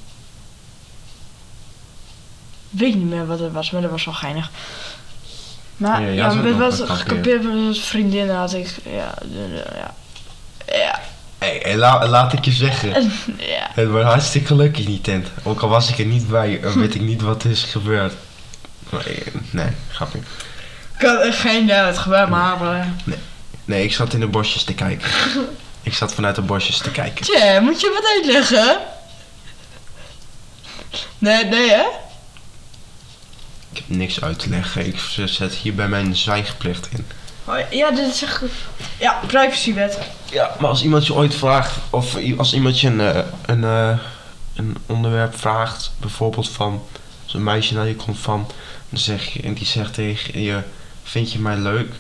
B: Weet niet meer wat het was, maar dat was wel geinig. Maar
A: Ja,
B: ja,
A: jij zat
B: met
A: ook
B: wat
A: met
B: gekampeerd met een vriendin had ik. Ja, eh, ja. Ja,
A: Hey, hey, la- laat ik je zeggen.
B: ja.
A: Het was hartstikke leuk in die tent. Ook al was ik er niet bij, eh, weet ik niet wat er is gebeurd. Nee, nee, grapje.
B: Ik had echt geen idee wat het gebeurd, maar. eh,
A: Nee, ik zat in de bosjes te
B: <laughs>
A: kijken. Ik zat vanuit de bosjes te kijken.
B: Tja, moet je wat uitleggen? Nee, nee hè?
A: Ik heb niks uit te leggen. Ik zet hierbij mijn zwijgplicht in.
B: Oh, Ja, dit is echt goed. Ja, privacywet.
A: Ja, maar als iemand je ooit vraagt, of i- als iemand je een, eh, een, eh, een onderwerp vraagt, bijvoorbeeld van, als een meisje naar je komt van, dan zeg je, en die zegt tegen je, vind je mij leuk?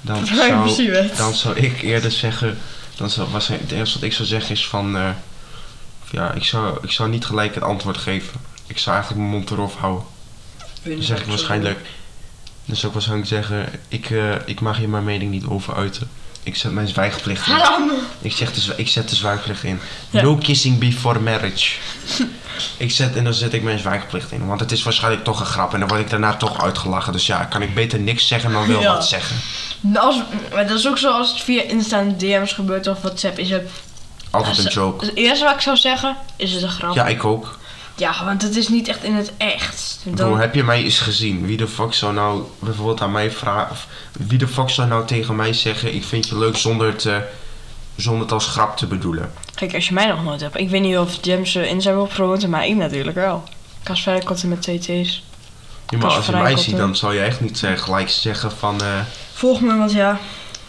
A: Dan zou,
B: Privacywet.
A: dan zou ik eerder zeggen, dan zou, was het eerste wat ik zou zeggen is van, eh, ja, ik zou, ik zou niet gelijk het antwoord geven. Ik zou eigenlijk mijn mond erop houden. Dan zeg ik waarschijnlijk, dan zou ik waarschijnlijk zeggen, ik, eh, ik mag hier mijn mening niet over uiten. Ik zet mijn zwijgplicht in.
B: Haram!
A: Ik, zeg de, zwa- ik zet de zwijgplicht in.
B: Ja.
A: No kissing before marriage. ik zet, en dan zet ik mijn zwijgplicht in. Want het is waarschijnlijk toch een grap. En dan word ik daarna toch uitgelachen. Dus ja, kan ik beter niks zeggen dan wel
B: Ja.
A: wat zeggen.
B: Nou, Als, maar dat is ook zo als het via Insta en DM's gebeurt of WhatsApp. Is het,
A: Altijd een
B: Als-
A: joke.
B: het eerste wat ik zou zeggen, is het een grap.
A: Ja, ik ook.
B: Ja, want het is niet echt in het echt. Dan-
A: Broer, heb je mij eens gezien? Wie de fuck zou nou bijvoorbeeld aan mij vragen... of Wie de fuck zou nou tegen mij zeggen... Ik vind je leuk zonder het, eh, zonder het als grap te bedoelen?
B: Kijk, als je mij nog nooit hebt. Ik weet niet of James eh, in zijn wil gewoond, maar ik natuurlijk wel. Kasvrij kotten met TT's.
A: Ja, maar
B: Pas
A: als je
B: vrij
A: mij
B: kotten.
A: ziet, dan zou je echt niet eh, gelijk zeggen van... eh,
B: Volg me, want ja,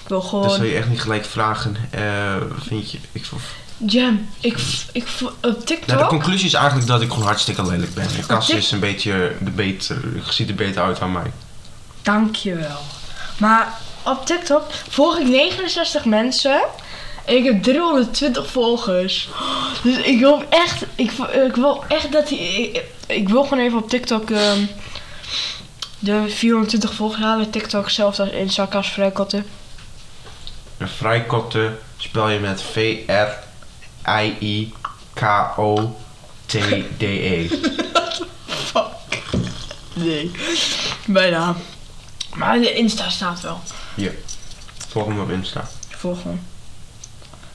B: ik wil
A: dan zou
B: gewoon.
A: je echt niet gelijk vragen... eh, vind je... Ik,
B: Jam, ik, ik op TikTok.
A: Nou, de conclusie is eigenlijk dat ik gewoon hartstikke lelijk ben. De kast
B: Oh, Dit-
A: is een beetje de beter, ziet er beter uit aan mij.
B: Dankjewel. Maar op TikTok volg ik 69 mensen. En ik heb 320 volgers. Dus ik hoop echt, ik, ik wil echt dat die. Ik, ik wil gewoon even op TikTok ehm, de 420 volgers halen. TikTok zelf als in sarcasme vrijkotten.
A: En vrijkotten spel je met V-R-I-I-K-O-T-D-E.
B: Fuck. Nee. Bijna. Maar in de Insta staat wel.
A: Hier, volg me op Insta.
B: Volg gewoon.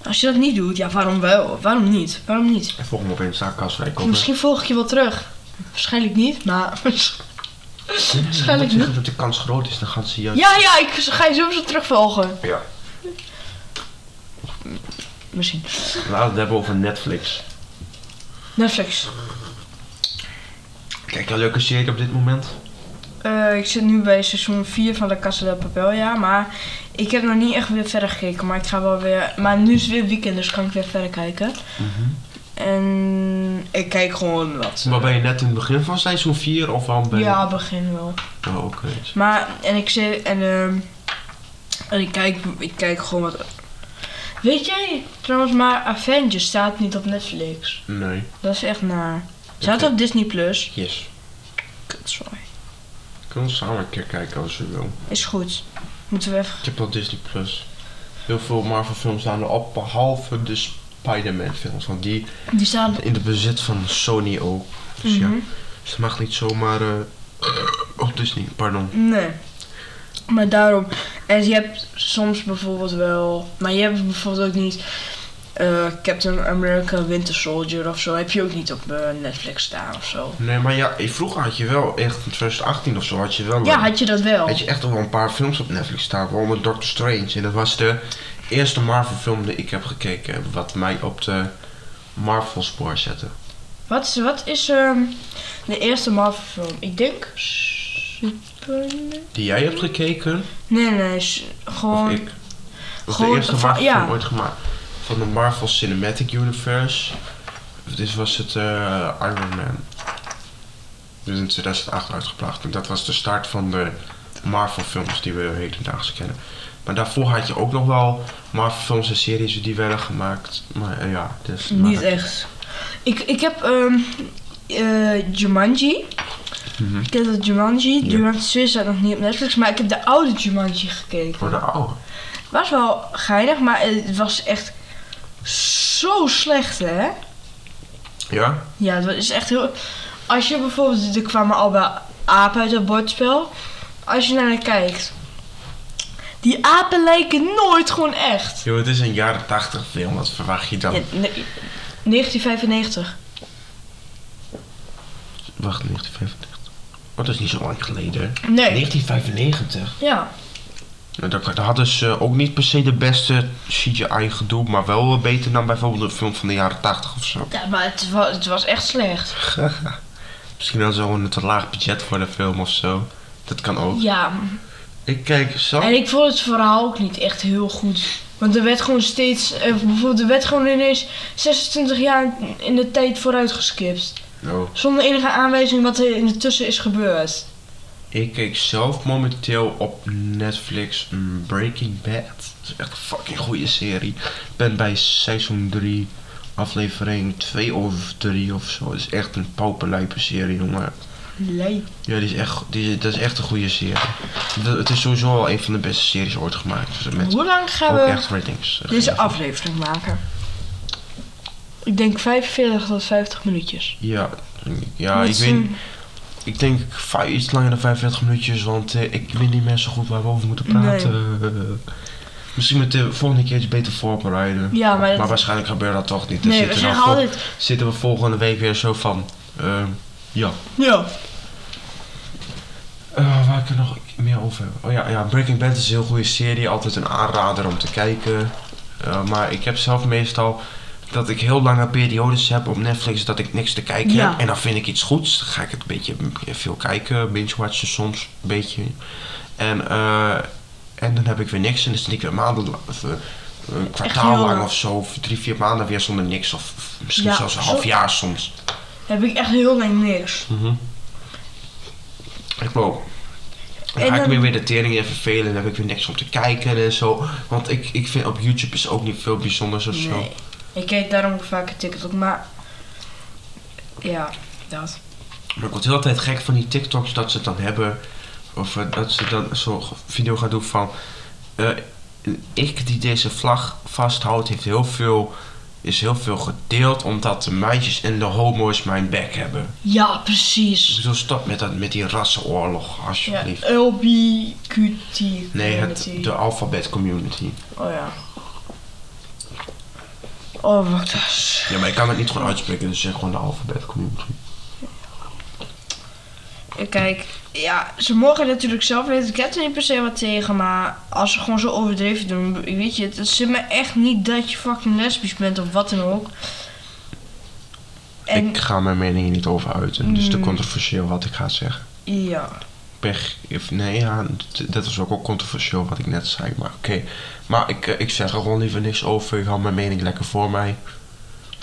B: Als je dat niet doet, ja waarom wel? Waarom niet? Waarom niet?
A: En Eh, volg me op Insta, kast vrijkotten.
B: Misschien volg ik je wel terug. Waarschijnlijk niet, maar. <laughs> waarschijnlijk
A: Je moet zeggen dat de kans groot is, dan gaan ze juist...
B: Ja, ja, ik ga je sowieso terugvolgen.
A: Ja.
B: Misschien.
A: Laten we het Nou, hebben over Netflix.
B: Netflix.
A: Kijk, een leuke serie op dit moment.
B: Eh, ik zit nu bij seizoen 4 van La Casa de Papel, ja. Maar ik heb nog niet echt weer verder gekeken. Maar ik ga wel weer. Maar nu is het weer weekend, dus kan ik weer verder kijken. En ik kijk gewoon wat. eh,
A: Maar ben je net in het begin van seizoen 4 of al ben je...
B: Ja, begin wel.
A: Oh, oké.
B: Maar, en ik zit. En, ehm, en ik, kijk, ik kijk gewoon wat. Weet jij trouwens, maar Avengers staat niet op Netflix.
A: Nee.
B: Dat is echt naar. Staat
A: Oké.
B: op Disney Plus.
A: Yes.
B: Kut, sorry.
A: Kunnen we samen een keer kijken als je wil.
B: Is goed. Moeten we even.
A: Ik heb wel Disney Plus. Heel veel Marvel films staan erop, behalve de Spider-Man films. Want die
B: Die staan.
A: in de bezit van Sony ook. Dus
B: Mhm.
A: ja, ze mag niet zomaar eh op Disney, pardon.
B: Nee. Maar daarom. En je hebt soms bijvoorbeeld wel. Maar je hebt bijvoorbeeld ook niet. eh, Captain America Winter Soldier of zo. Heb je ook niet op eh, Netflix staan of zo.
A: Nee, maar ja, eh, vroeger had je wel echt in 2018 of zo had je wel.
B: Ja,
A: eh,
B: had je dat wel?
A: had je echt al wel een paar films op Netflix staan, waaronder Doctor Strange. En dat was de eerste Marvel film die ik heb gekeken, wat mij op de Marvel spoor zette.
B: Wat is, wat is ehm, de eerste Marvel film? Ik denk. Superman?
A: Die jij hebt gekeken,
B: Nee, nee, s-
A: Of
B: gewoon.
A: ik. Dat is de
B: Gewoon
A: eerste
B: van-
A: Marvel
B: ja.
A: film ooit gemaakt. Van de Marvel Cinematic Universe. Dit was het eh, Iron Man. Dit is in 2008 uitgebracht. En dat was de start van de Marvel films die we hedendaags kennen. Maar daarvoor had je ook nog wel Marvel films en series die werden gemaakt. Maar eh, ja, dus...
B: Niet echt. Ik, ik heb ehm eh, Jumanji.
A: Mhm.
B: Ik ken dat Jumanji. Jumanji Swiss staat nog niet op Netflix, maar ik heb de oude Jumanji gekeken.
A: Voor de oude.
B: Was wel geinig, maar het was echt zo slecht, hè?
A: Ja?
B: Ja, dat is echt heel. Als je bijvoorbeeld, er kwamen al bij apen uit het bordspel. Als je naar haar kijkt, die apen lijken nooit gewoon echt.
A: Yo, het is een jaren 80 film. Wat verwacht je dan?
B: Ja, ne- 1995.
A: Wacht, 1995. Oh, dat is niet zo lang geleden. hè?
B: Nee.
A: 1995?
B: Ja.
A: Nou, Daar daar hadden ze ook niet per se de beste CGI gedoe, maar wel wel beter dan bijvoorbeeld een film van de jaren 80 of zo.
B: Ja, maar het was, het was echt slecht.
A: Misschien hadden ze gewoon een te laag budget voor de film of zo. Dat kan ook.
B: Ja,
A: Ik kijk zo.
B: en ik vond het verhaal ook niet echt heel goed. Want er werd gewoon steeds, eh, bijvoorbeeld er werd gewoon ineens 26 jaar in de tijd vooruit geskipt.
A: Oh.
B: Zonder enige aanwijzing wat er in de tussen is gebeurd.
A: Ik kijk zelf momenteel op Netflix mm, Breaking Bad. Dat is echt een fucking goede serie. Ik ben bij seizoen 3, aflevering 2 of 3 of zo. Het is echt een pauperlijpe serie, jongen.
B: Lijp.
A: Ja, die is echt, die is, dat is echt een goede serie. Dat, het is sowieso al een van de beste series ooit gemaakt. Dus met
B: Hoe lang gaan
A: ook
B: we
A: echt ratings. eh,
B: deze
A: geven.
B: aflevering maken? Ik denk 45 tot 50 minuutjes.
A: Ja, ja
B: Dat
A: ik
B: is
A: weet
B: een-
A: Ik denk vij- iets langer dan 45 minuutjes, want eh, ik weet niet meer zo goed waar we over moeten praten. <laughs> Misschien met de volgende keer iets beter voorbereiden.
B: Ja, maar dat-
A: waarschijnlijk gebeurt dat toch niet. Dan
B: Nee, we
A: zitten, dan
B: zeggen
A: vol-
B: altijd...
A: zitten we volgende week weer zo van... Ehm, ja.
B: Ja.
A: Eh, waar ik er nog meer over heb. Oh ja, ja, Breaking Bad is een heel goede serie. Altijd een aanrader om te kijken. Eh, maar ik heb zelf meestal dat ik heel lange periodes heb op Netflix dat ik niks te kijken
B: Ja.
A: heb. En dan vind ik iets goeds. Dan ga ik het een beetje eh, veel kijken. Binge-watchen soms. Een beetje. En, eh, en dan heb ik weer niks. En dan zit ik weer maanden lang... Of, eh, een kwartaal
B: heel
A: lang
B: lang.
A: of zo. Of drie, vier maanden weer zonder niks. Of of misschien
B: Ja,
A: zelfs een
B: zo-
A: half jaar soms.
B: Heb ik echt heel lang niks.
A: Ik wou. Dan
B: En
A: ga ik
B: dan-
A: me weer de tering in vervelen en heb ik weer niks om te kijken en zo. Want ik, ik vind op YouTube is ook niet veel bijzonders of zo.
B: Nee. Ik kijk daarom vaker TikTok, maar. Ja, dat.
A: Maar ik word heel de tijd gek van die TikToks dat ze het dan hebben. Of eh, dat ze dan zo'n video gaan doen van... eh, ik die deze vlag vasthoudt heeft heel veel, is heel veel gedeeld omdat de meisjes en de homo's mijn bek hebben.
B: Ja,
A: Ik
B: precies.
A: bedoel, stop met, dat, met die rassenoorlog
B: Ja,
A: alsjeblieft.
B: LBQT.
A: Nee, het,
B: community.
A: de alfabet community.
B: Oh ja. Oh, wat is.
A: Ja, maar ik kan het niet gewoon uitspreken, dus zeg gewoon de alfabet community.
B: Kijk, ja, ze mogen natuurlijk zelf weten. Ik heb er niet per se wat tegen, maar als ze gewoon zo overdreven doen, weet je, het zit me echt niet dat je fucking lesbisch bent of wat dan ook. En Mm.
A: Ik ga mijn mening hier niet over uiten. Dus te controversieel wat ik ga zeggen.
B: ja.
A: Pech, of nee, ja, d- dat was ook al controversieel wat ik net zei. Maar oké. Maar ik, eh, ik zeg er gewoon liever niks over. Ik hou mijn mening lekker voor mij.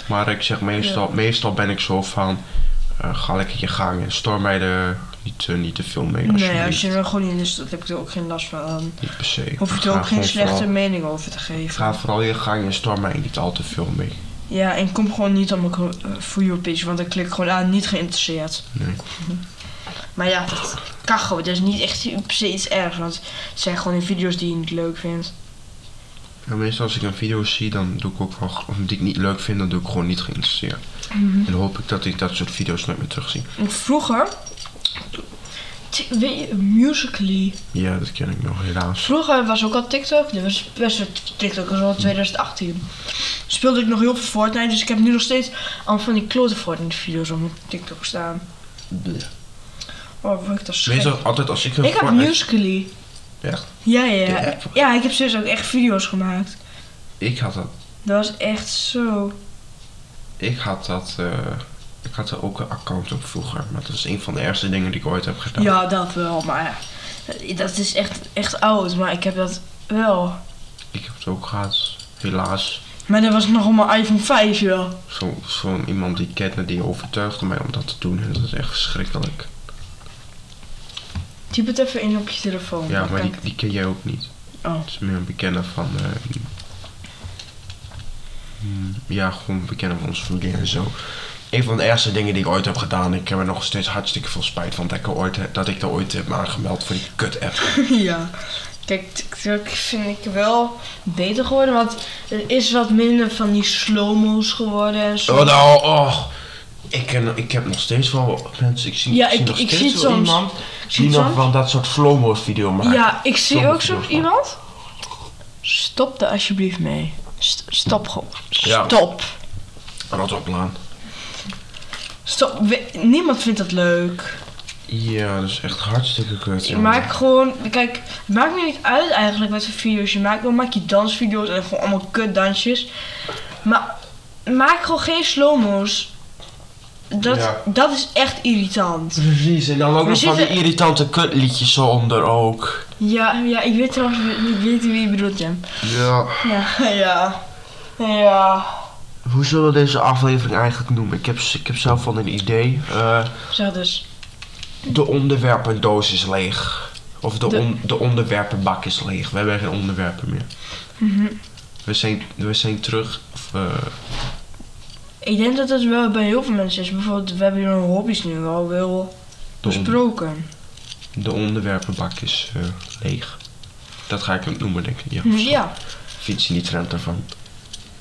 A: Maar ik zeg meestal, meestal ben ik zo van. eh, ga lekker je gang en stoor mij er niet, eh, niet te veel mee.
B: Nee,
A: alsjeblieft.
B: als je er gewoon in is, dat heb ik er ook geen last van. Dan
A: Niet per se.
B: hoef je
A: Ga
B: er ook geen
A: gewoon
B: slechte
A: vooral-
B: mening over te geven.
A: Ga vooral je gang en stoor mij niet al te veel mee.
B: Ja, en kom gewoon niet op mijn co- eh, For You page, want dan klik ik gewoon aan niet geïnteresseerd.
A: Nee.
B: <laughs> Maar ja, dat kan gewoon. Dat is niet echt per se iets ergs, want het zijn gewoon die video's die je niet leuk vindt.
A: Ja, meestal als ik een video zie, dan doe ik ook wel, of die ik niet leuk vind, dan doe ik gewoon niet geïnteresseerd.
B: Mhm.
A: En dan hoop ik dat ik dat soort video's nooit meer terugzie.
B: En Vroeger, t- weet je, Musical.ly.
A: Ja, dat ken ik nog helaas.
B: Vroeger was ook al TikTok, dat was best wel TikTok, dat was al 2018. Speelde ik nog heel veel Fortnite, dus ik heb nu nog steeds allemaal van die klote Fortnite video's op mijn TikTok staan. Oh, wat ik dat schrik.
A: Meestal altijd als ik een
B: Ik had
A: Fortnite-
B: Musical.ly.
A: Echt?
B: Ja, ja,
A: De
B: ja.
A: app?
B: Ja, ik heb zus ook echt video's gemaakt.
A: Ik had dat.
B: Dat was echt zo.
A: Ik had dat. eh, ik had er ook een account op vroeger. Maar dat is een van de ergste dingen die ik ooit heb gedaan.
B: Ja, dat wel, maar ja. Dat is echt, echt oud, maar ik heb dat wel.
A: Ik heb het ook gehad. Helaas.
B: Maar dat was nog op mijn iPhone 5, joh.
A: Zo- Zo'n iemand die ik kende die overtuigde mij om dat te doen. En dat is echt verschrikkelijk.
B: Typ het even in op je telefoon.
A: Ja,
B: dan
A: maar
B: kan
A: die, die ken jij ook niet.
B: ik- Oh.
A: Het is meer een bekende van. eh, mm, ja, gewoon een bekende van onze familie en zo. Een van de ergste dingen die ik ooit heb gedaan. Ik heb er nog steeds hartstikke veel spijt van dat ik er ooit, dat ik er ooit heb aangemeld voor die
B: <laughs>
A: kut-app.
B: ja. Kijk, TikTok vind ik wel beter geworden, want er is wat minder van die slow-mo's geworden en zo.
A: Oh, nou, oh. Ik, ken, ik heb nog steeds wel mensen. Ik zie,
B: Ja,
A: ik zie
B: ik-
A: nog
B: ik
A: steeds
B: zie het
A: wel
B: soms.
A: iemand
B: zie
A: die
B: het
A: nog
B: soms.
A: van dat soort slow-mo's video maakt.
B: Ja, ik zie
A: Sommige
B: ook zo
A: video's wel.
B: iemand. Stop er alsjeblieft mee. St- stop gewoon.
A: Ja.
B: Stop.
A: Rot op, Laan.
B: Stop. We- niemand vindt dat leuk.
A: Ja, dat is echt hartstikke kut.
B: Je
A: jongen.
B: maakt gewoon... Kijk, het maakt me niet uit eigenlijk wat voor video's je maakt. Dan maak je dansvideo's en gewoon allemaal kutdansjes. Maar maak gewoon geen slow-mo's. Dat,
A: Ja.
B: dat is echt irritant.
A: Precies, eh, en dan ook
B: We
A: nog van die
B: zitten-
A: irritante kutliedjes zo onder ook.
B: Ja, ja, ik weet trouwens niet weten wie je bedoelt, Jam.
A: Ja.
B: Ja, <laughs> ja. Ja.
A: Hoe zullen we deze aflevering eigenlijk noemen? Ik heb, ik heb zelf al een idee. Eh,
B: Zeg dus.
A: de onderwerpendoos is leeg. Of de,
B: De-
A: On, de onderwerpenbak is leeg. We hebben geen onderwerpen meer. Mhm. we, zijn, we zijn terug. of, eh,
B: Ik denk dat het wel bij heel veel mensen is. Bijvoorbeeld, we hebben hier een hobby's nu al wel
A: de, on-
B: besproken.
A: de onderwerpenbak is eh, leeg. Dat ga ik hem noemen, denk ik. Mhm. Ja, of zo.
B: Ja.
A: Fiets in die trend ervan.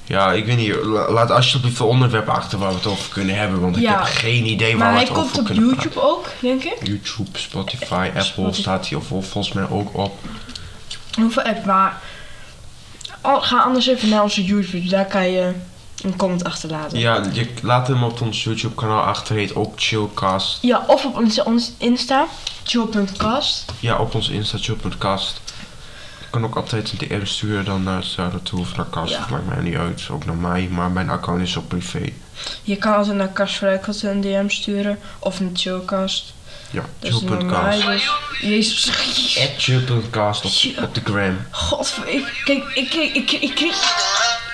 A: Ja, ik weet niet. la- Laat alsjeblieft de onderwerpen achter waar we het over kunnen hebben. Want ik
B: Ja.
A: heb geen idee waar
B: Maar
A: we
B: hij
A: het over
B: komt op
A: kunnen praten.
B: YouTube ook, denk ik.
A: YouTube, Spotify, Apple
B: Spotify.
A: staat hier vol- volgens mij ook op.
B: eh, Oh, Hoeveel app, maar... Al- ga anders even naar onze YouTube. Daar kan je een comment achterlaten.
A: Ja, je, laat hem op ons YouTube kanaal achter, heet ook Chillcast.
B: Ja, of op onze ons Insta, chill.cast.
A: Ja, op ons Insta Chill.cast. Je kan ook altijd een DM sturen dan naar Sarah toe of naar Kast.
B: Ja.
A: Dat maakt mij niet uit, ook naar mij, maar mijn account is op privé.
B: Je kan altijd naar Kars Vrijkelt een DM sturen of een chillcast.
A: Ja,
B: Dat is naar mij,
A: Chill.cast.
B: dus- Jezus, <laughs>
A: At Chill.cast op,
B: Ja.
A: op de gram.
B: god, ik, kijk, ik, ik, ik, ik kreeg...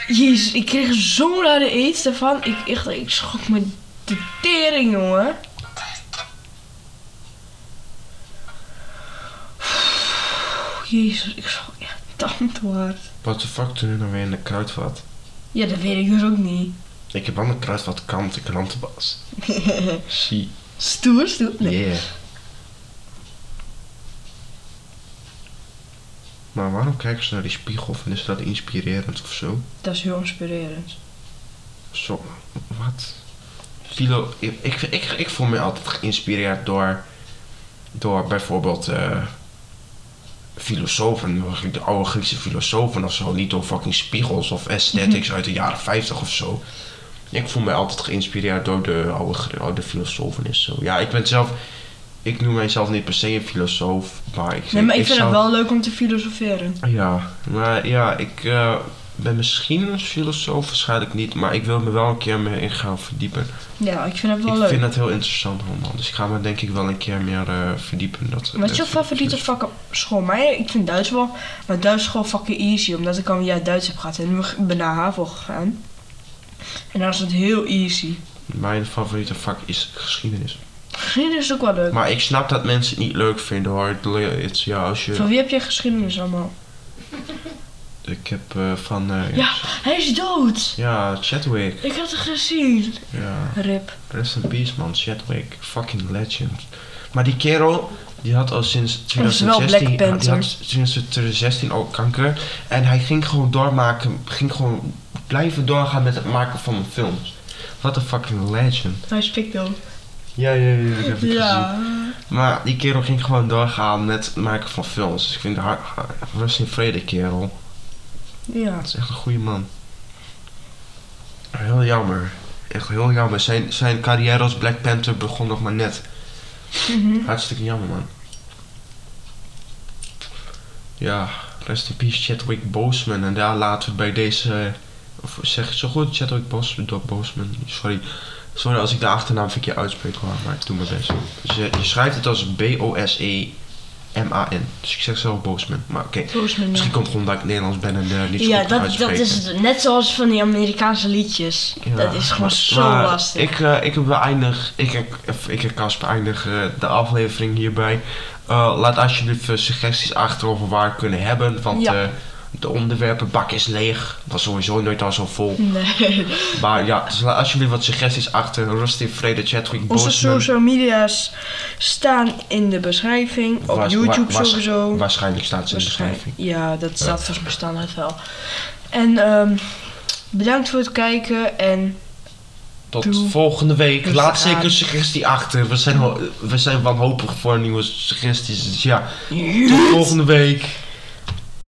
B: Jezus, ik kreeg zo'n rare aids daarvan. Ik, echt, ik schrok me de tering, jongen. Jezus, ik schrok echt tandwaard.
A: Wat de fuck doen we nou weer in de kruidvat?
B: Ja, dat weet ik dus ook niet.
A: Ik heb aan de kruidvat kant, ik krantenbas. Zie.
B: Stoer, stoer. Nee.
A: Yeah. Maar waarom kijken ze naar die spiegel? Vinden ze dat inspirerend of zo?
B: Dat is heel inspirerend.
A: Zo, wat? Filo, ik, ik, ik, ik voel me altijd geïnspireerd door, door bijvoorbeeld eh, filosofen, de oude Griekse filosofen of zo. Niet door fucking spiegels of aesthetics
B: Mhm.
A: uit de jaren 50 of zo. Ik voel me altijd geïnspireerd door de oude, Gr- oude filosofen en zo. Ja, ik ben zelf, ik noem mijzelf niet per se een filosoof, maar ik,
B: Nee, maar ik vind
A: zou-
B: het wel leuk om te filosoferen.
A: ja, maar ja, ik eh, ben misschien een filosoof, waarschijnlijk niet, maar ik wil me wel een keer meer in gaan verdiepen.
B: Ja, ik vind het wel
A: ik
B: leuk.
A: vind dat heel interessant allemaal, dus ik ga me denk ik wel een keer meer eh, verdiepen. Dat,
B: Wat is
A: dat-
B: jouw favoriete vak op school? Mij, ik vind Duits wel, maar Duits is gewoon fucking easy, omdat ik al een jaar Duits heb gehad en nu ben ik naar HAVO gegaan. En dan is het heel easy.
A: Mijn favoriete vak is geschiedenis.
B: Geschiedenis is ook wel leuk.
A: Maar ik snap dat mensen het niet leuk vinden hoor. Het le- het- ja, als
B: Van
A: je,
B: wie heb je geschiedenis allemaal?
A: ik heb eh, van... eh,
B: Ja, hij is dood!
A: Ja, Chadwick.
B: Ik had het gezien.
A: Ja,
B: Rip.
A: rest in peace man, Chadwick. Fucking legend. Maar die kerel, die had al sinds
B: wel
A: 2016,
B: Black
A: had- die had
B: Panther.
A: sinds 2016 al kanker. En hij ging gewoon doormaken, ging gewoon blijven doorgaan met het maken van films. Wat een fucking legend.
B: Hij is pikdood.
A: Ja, ja, ja, ik heb het gezien.
B: Ja.
A: Maar die kerel ging gewoon doorgaan met het maken van films. Dus ik vind haar, haar- rust in vrede kerel.
B: Ja.
A: Dat is echt een goede man. Heel jammer. Echt heel jammer. Zijn, zijn carrière als Black Panther begon nog maar net.
B: Mhm.
A: Hartstikke jammer, man. Ja, rest in peace Chadwick Boseman. En daar laten we bij deze... Of zeg ik het zo goed? Chadwick Bos, Do- Boseman. Sorry. Sorry als ik de achternaam verkeerd uitspreek hoor, maar ik doe mijn best. Dus je, je schrijft het als B-O-S-E-M-A-N. Dus ik zeg zelf Boseman. Maar oké.
B: Volgens mij
A: Misschien
B: niet.
A: komt het gewoon dat ik Nederlands ben en eh, niet zo
B: Ja,
A: goed kan
B: dat, dat
A: uitspreken.
B: is het. Net zoals van die Amerikaanse liedjes.
A: Ja,
B: dat is gewoon
A: maar-
B: zo
A: maar
B: lastig.
A: Ik, eh, ik beëindig, ik, en- of ik en Kasper eindigen eh, de aflevering hierbij. Eh, laat alsjeblieft eh, suggesties achter over waar we kunnen hebben, want
B: Ja.
A: eh, de onderwerpenbak is leeg. Dat is sowieso nooit al zo vol.
B: Nee.
A: Maar ja, dus laat alsjeblieft wat suggesties achter. Rust in vrede, Chadwick
B: Onze
A: Boseman.
B: social media's staan in de beschrijving. Op
A: Waars-
B: YouTube
A: wa- waars-
B: sowieso.
A: Waarschijnlijk staat ze in de beschrijving.
B: Ja, dat staat volgens mij standaard wel. En ehm, bedankt voor het kijken en
A: Tot
B: Doe.
A: volgende week.
B: Dus
A: Laat
B: aan.
A: zeker een suggestie achter. We zijn, ho- we zijn wanhopig voor nieuwe suggesties. Dus ja, tot volgende week.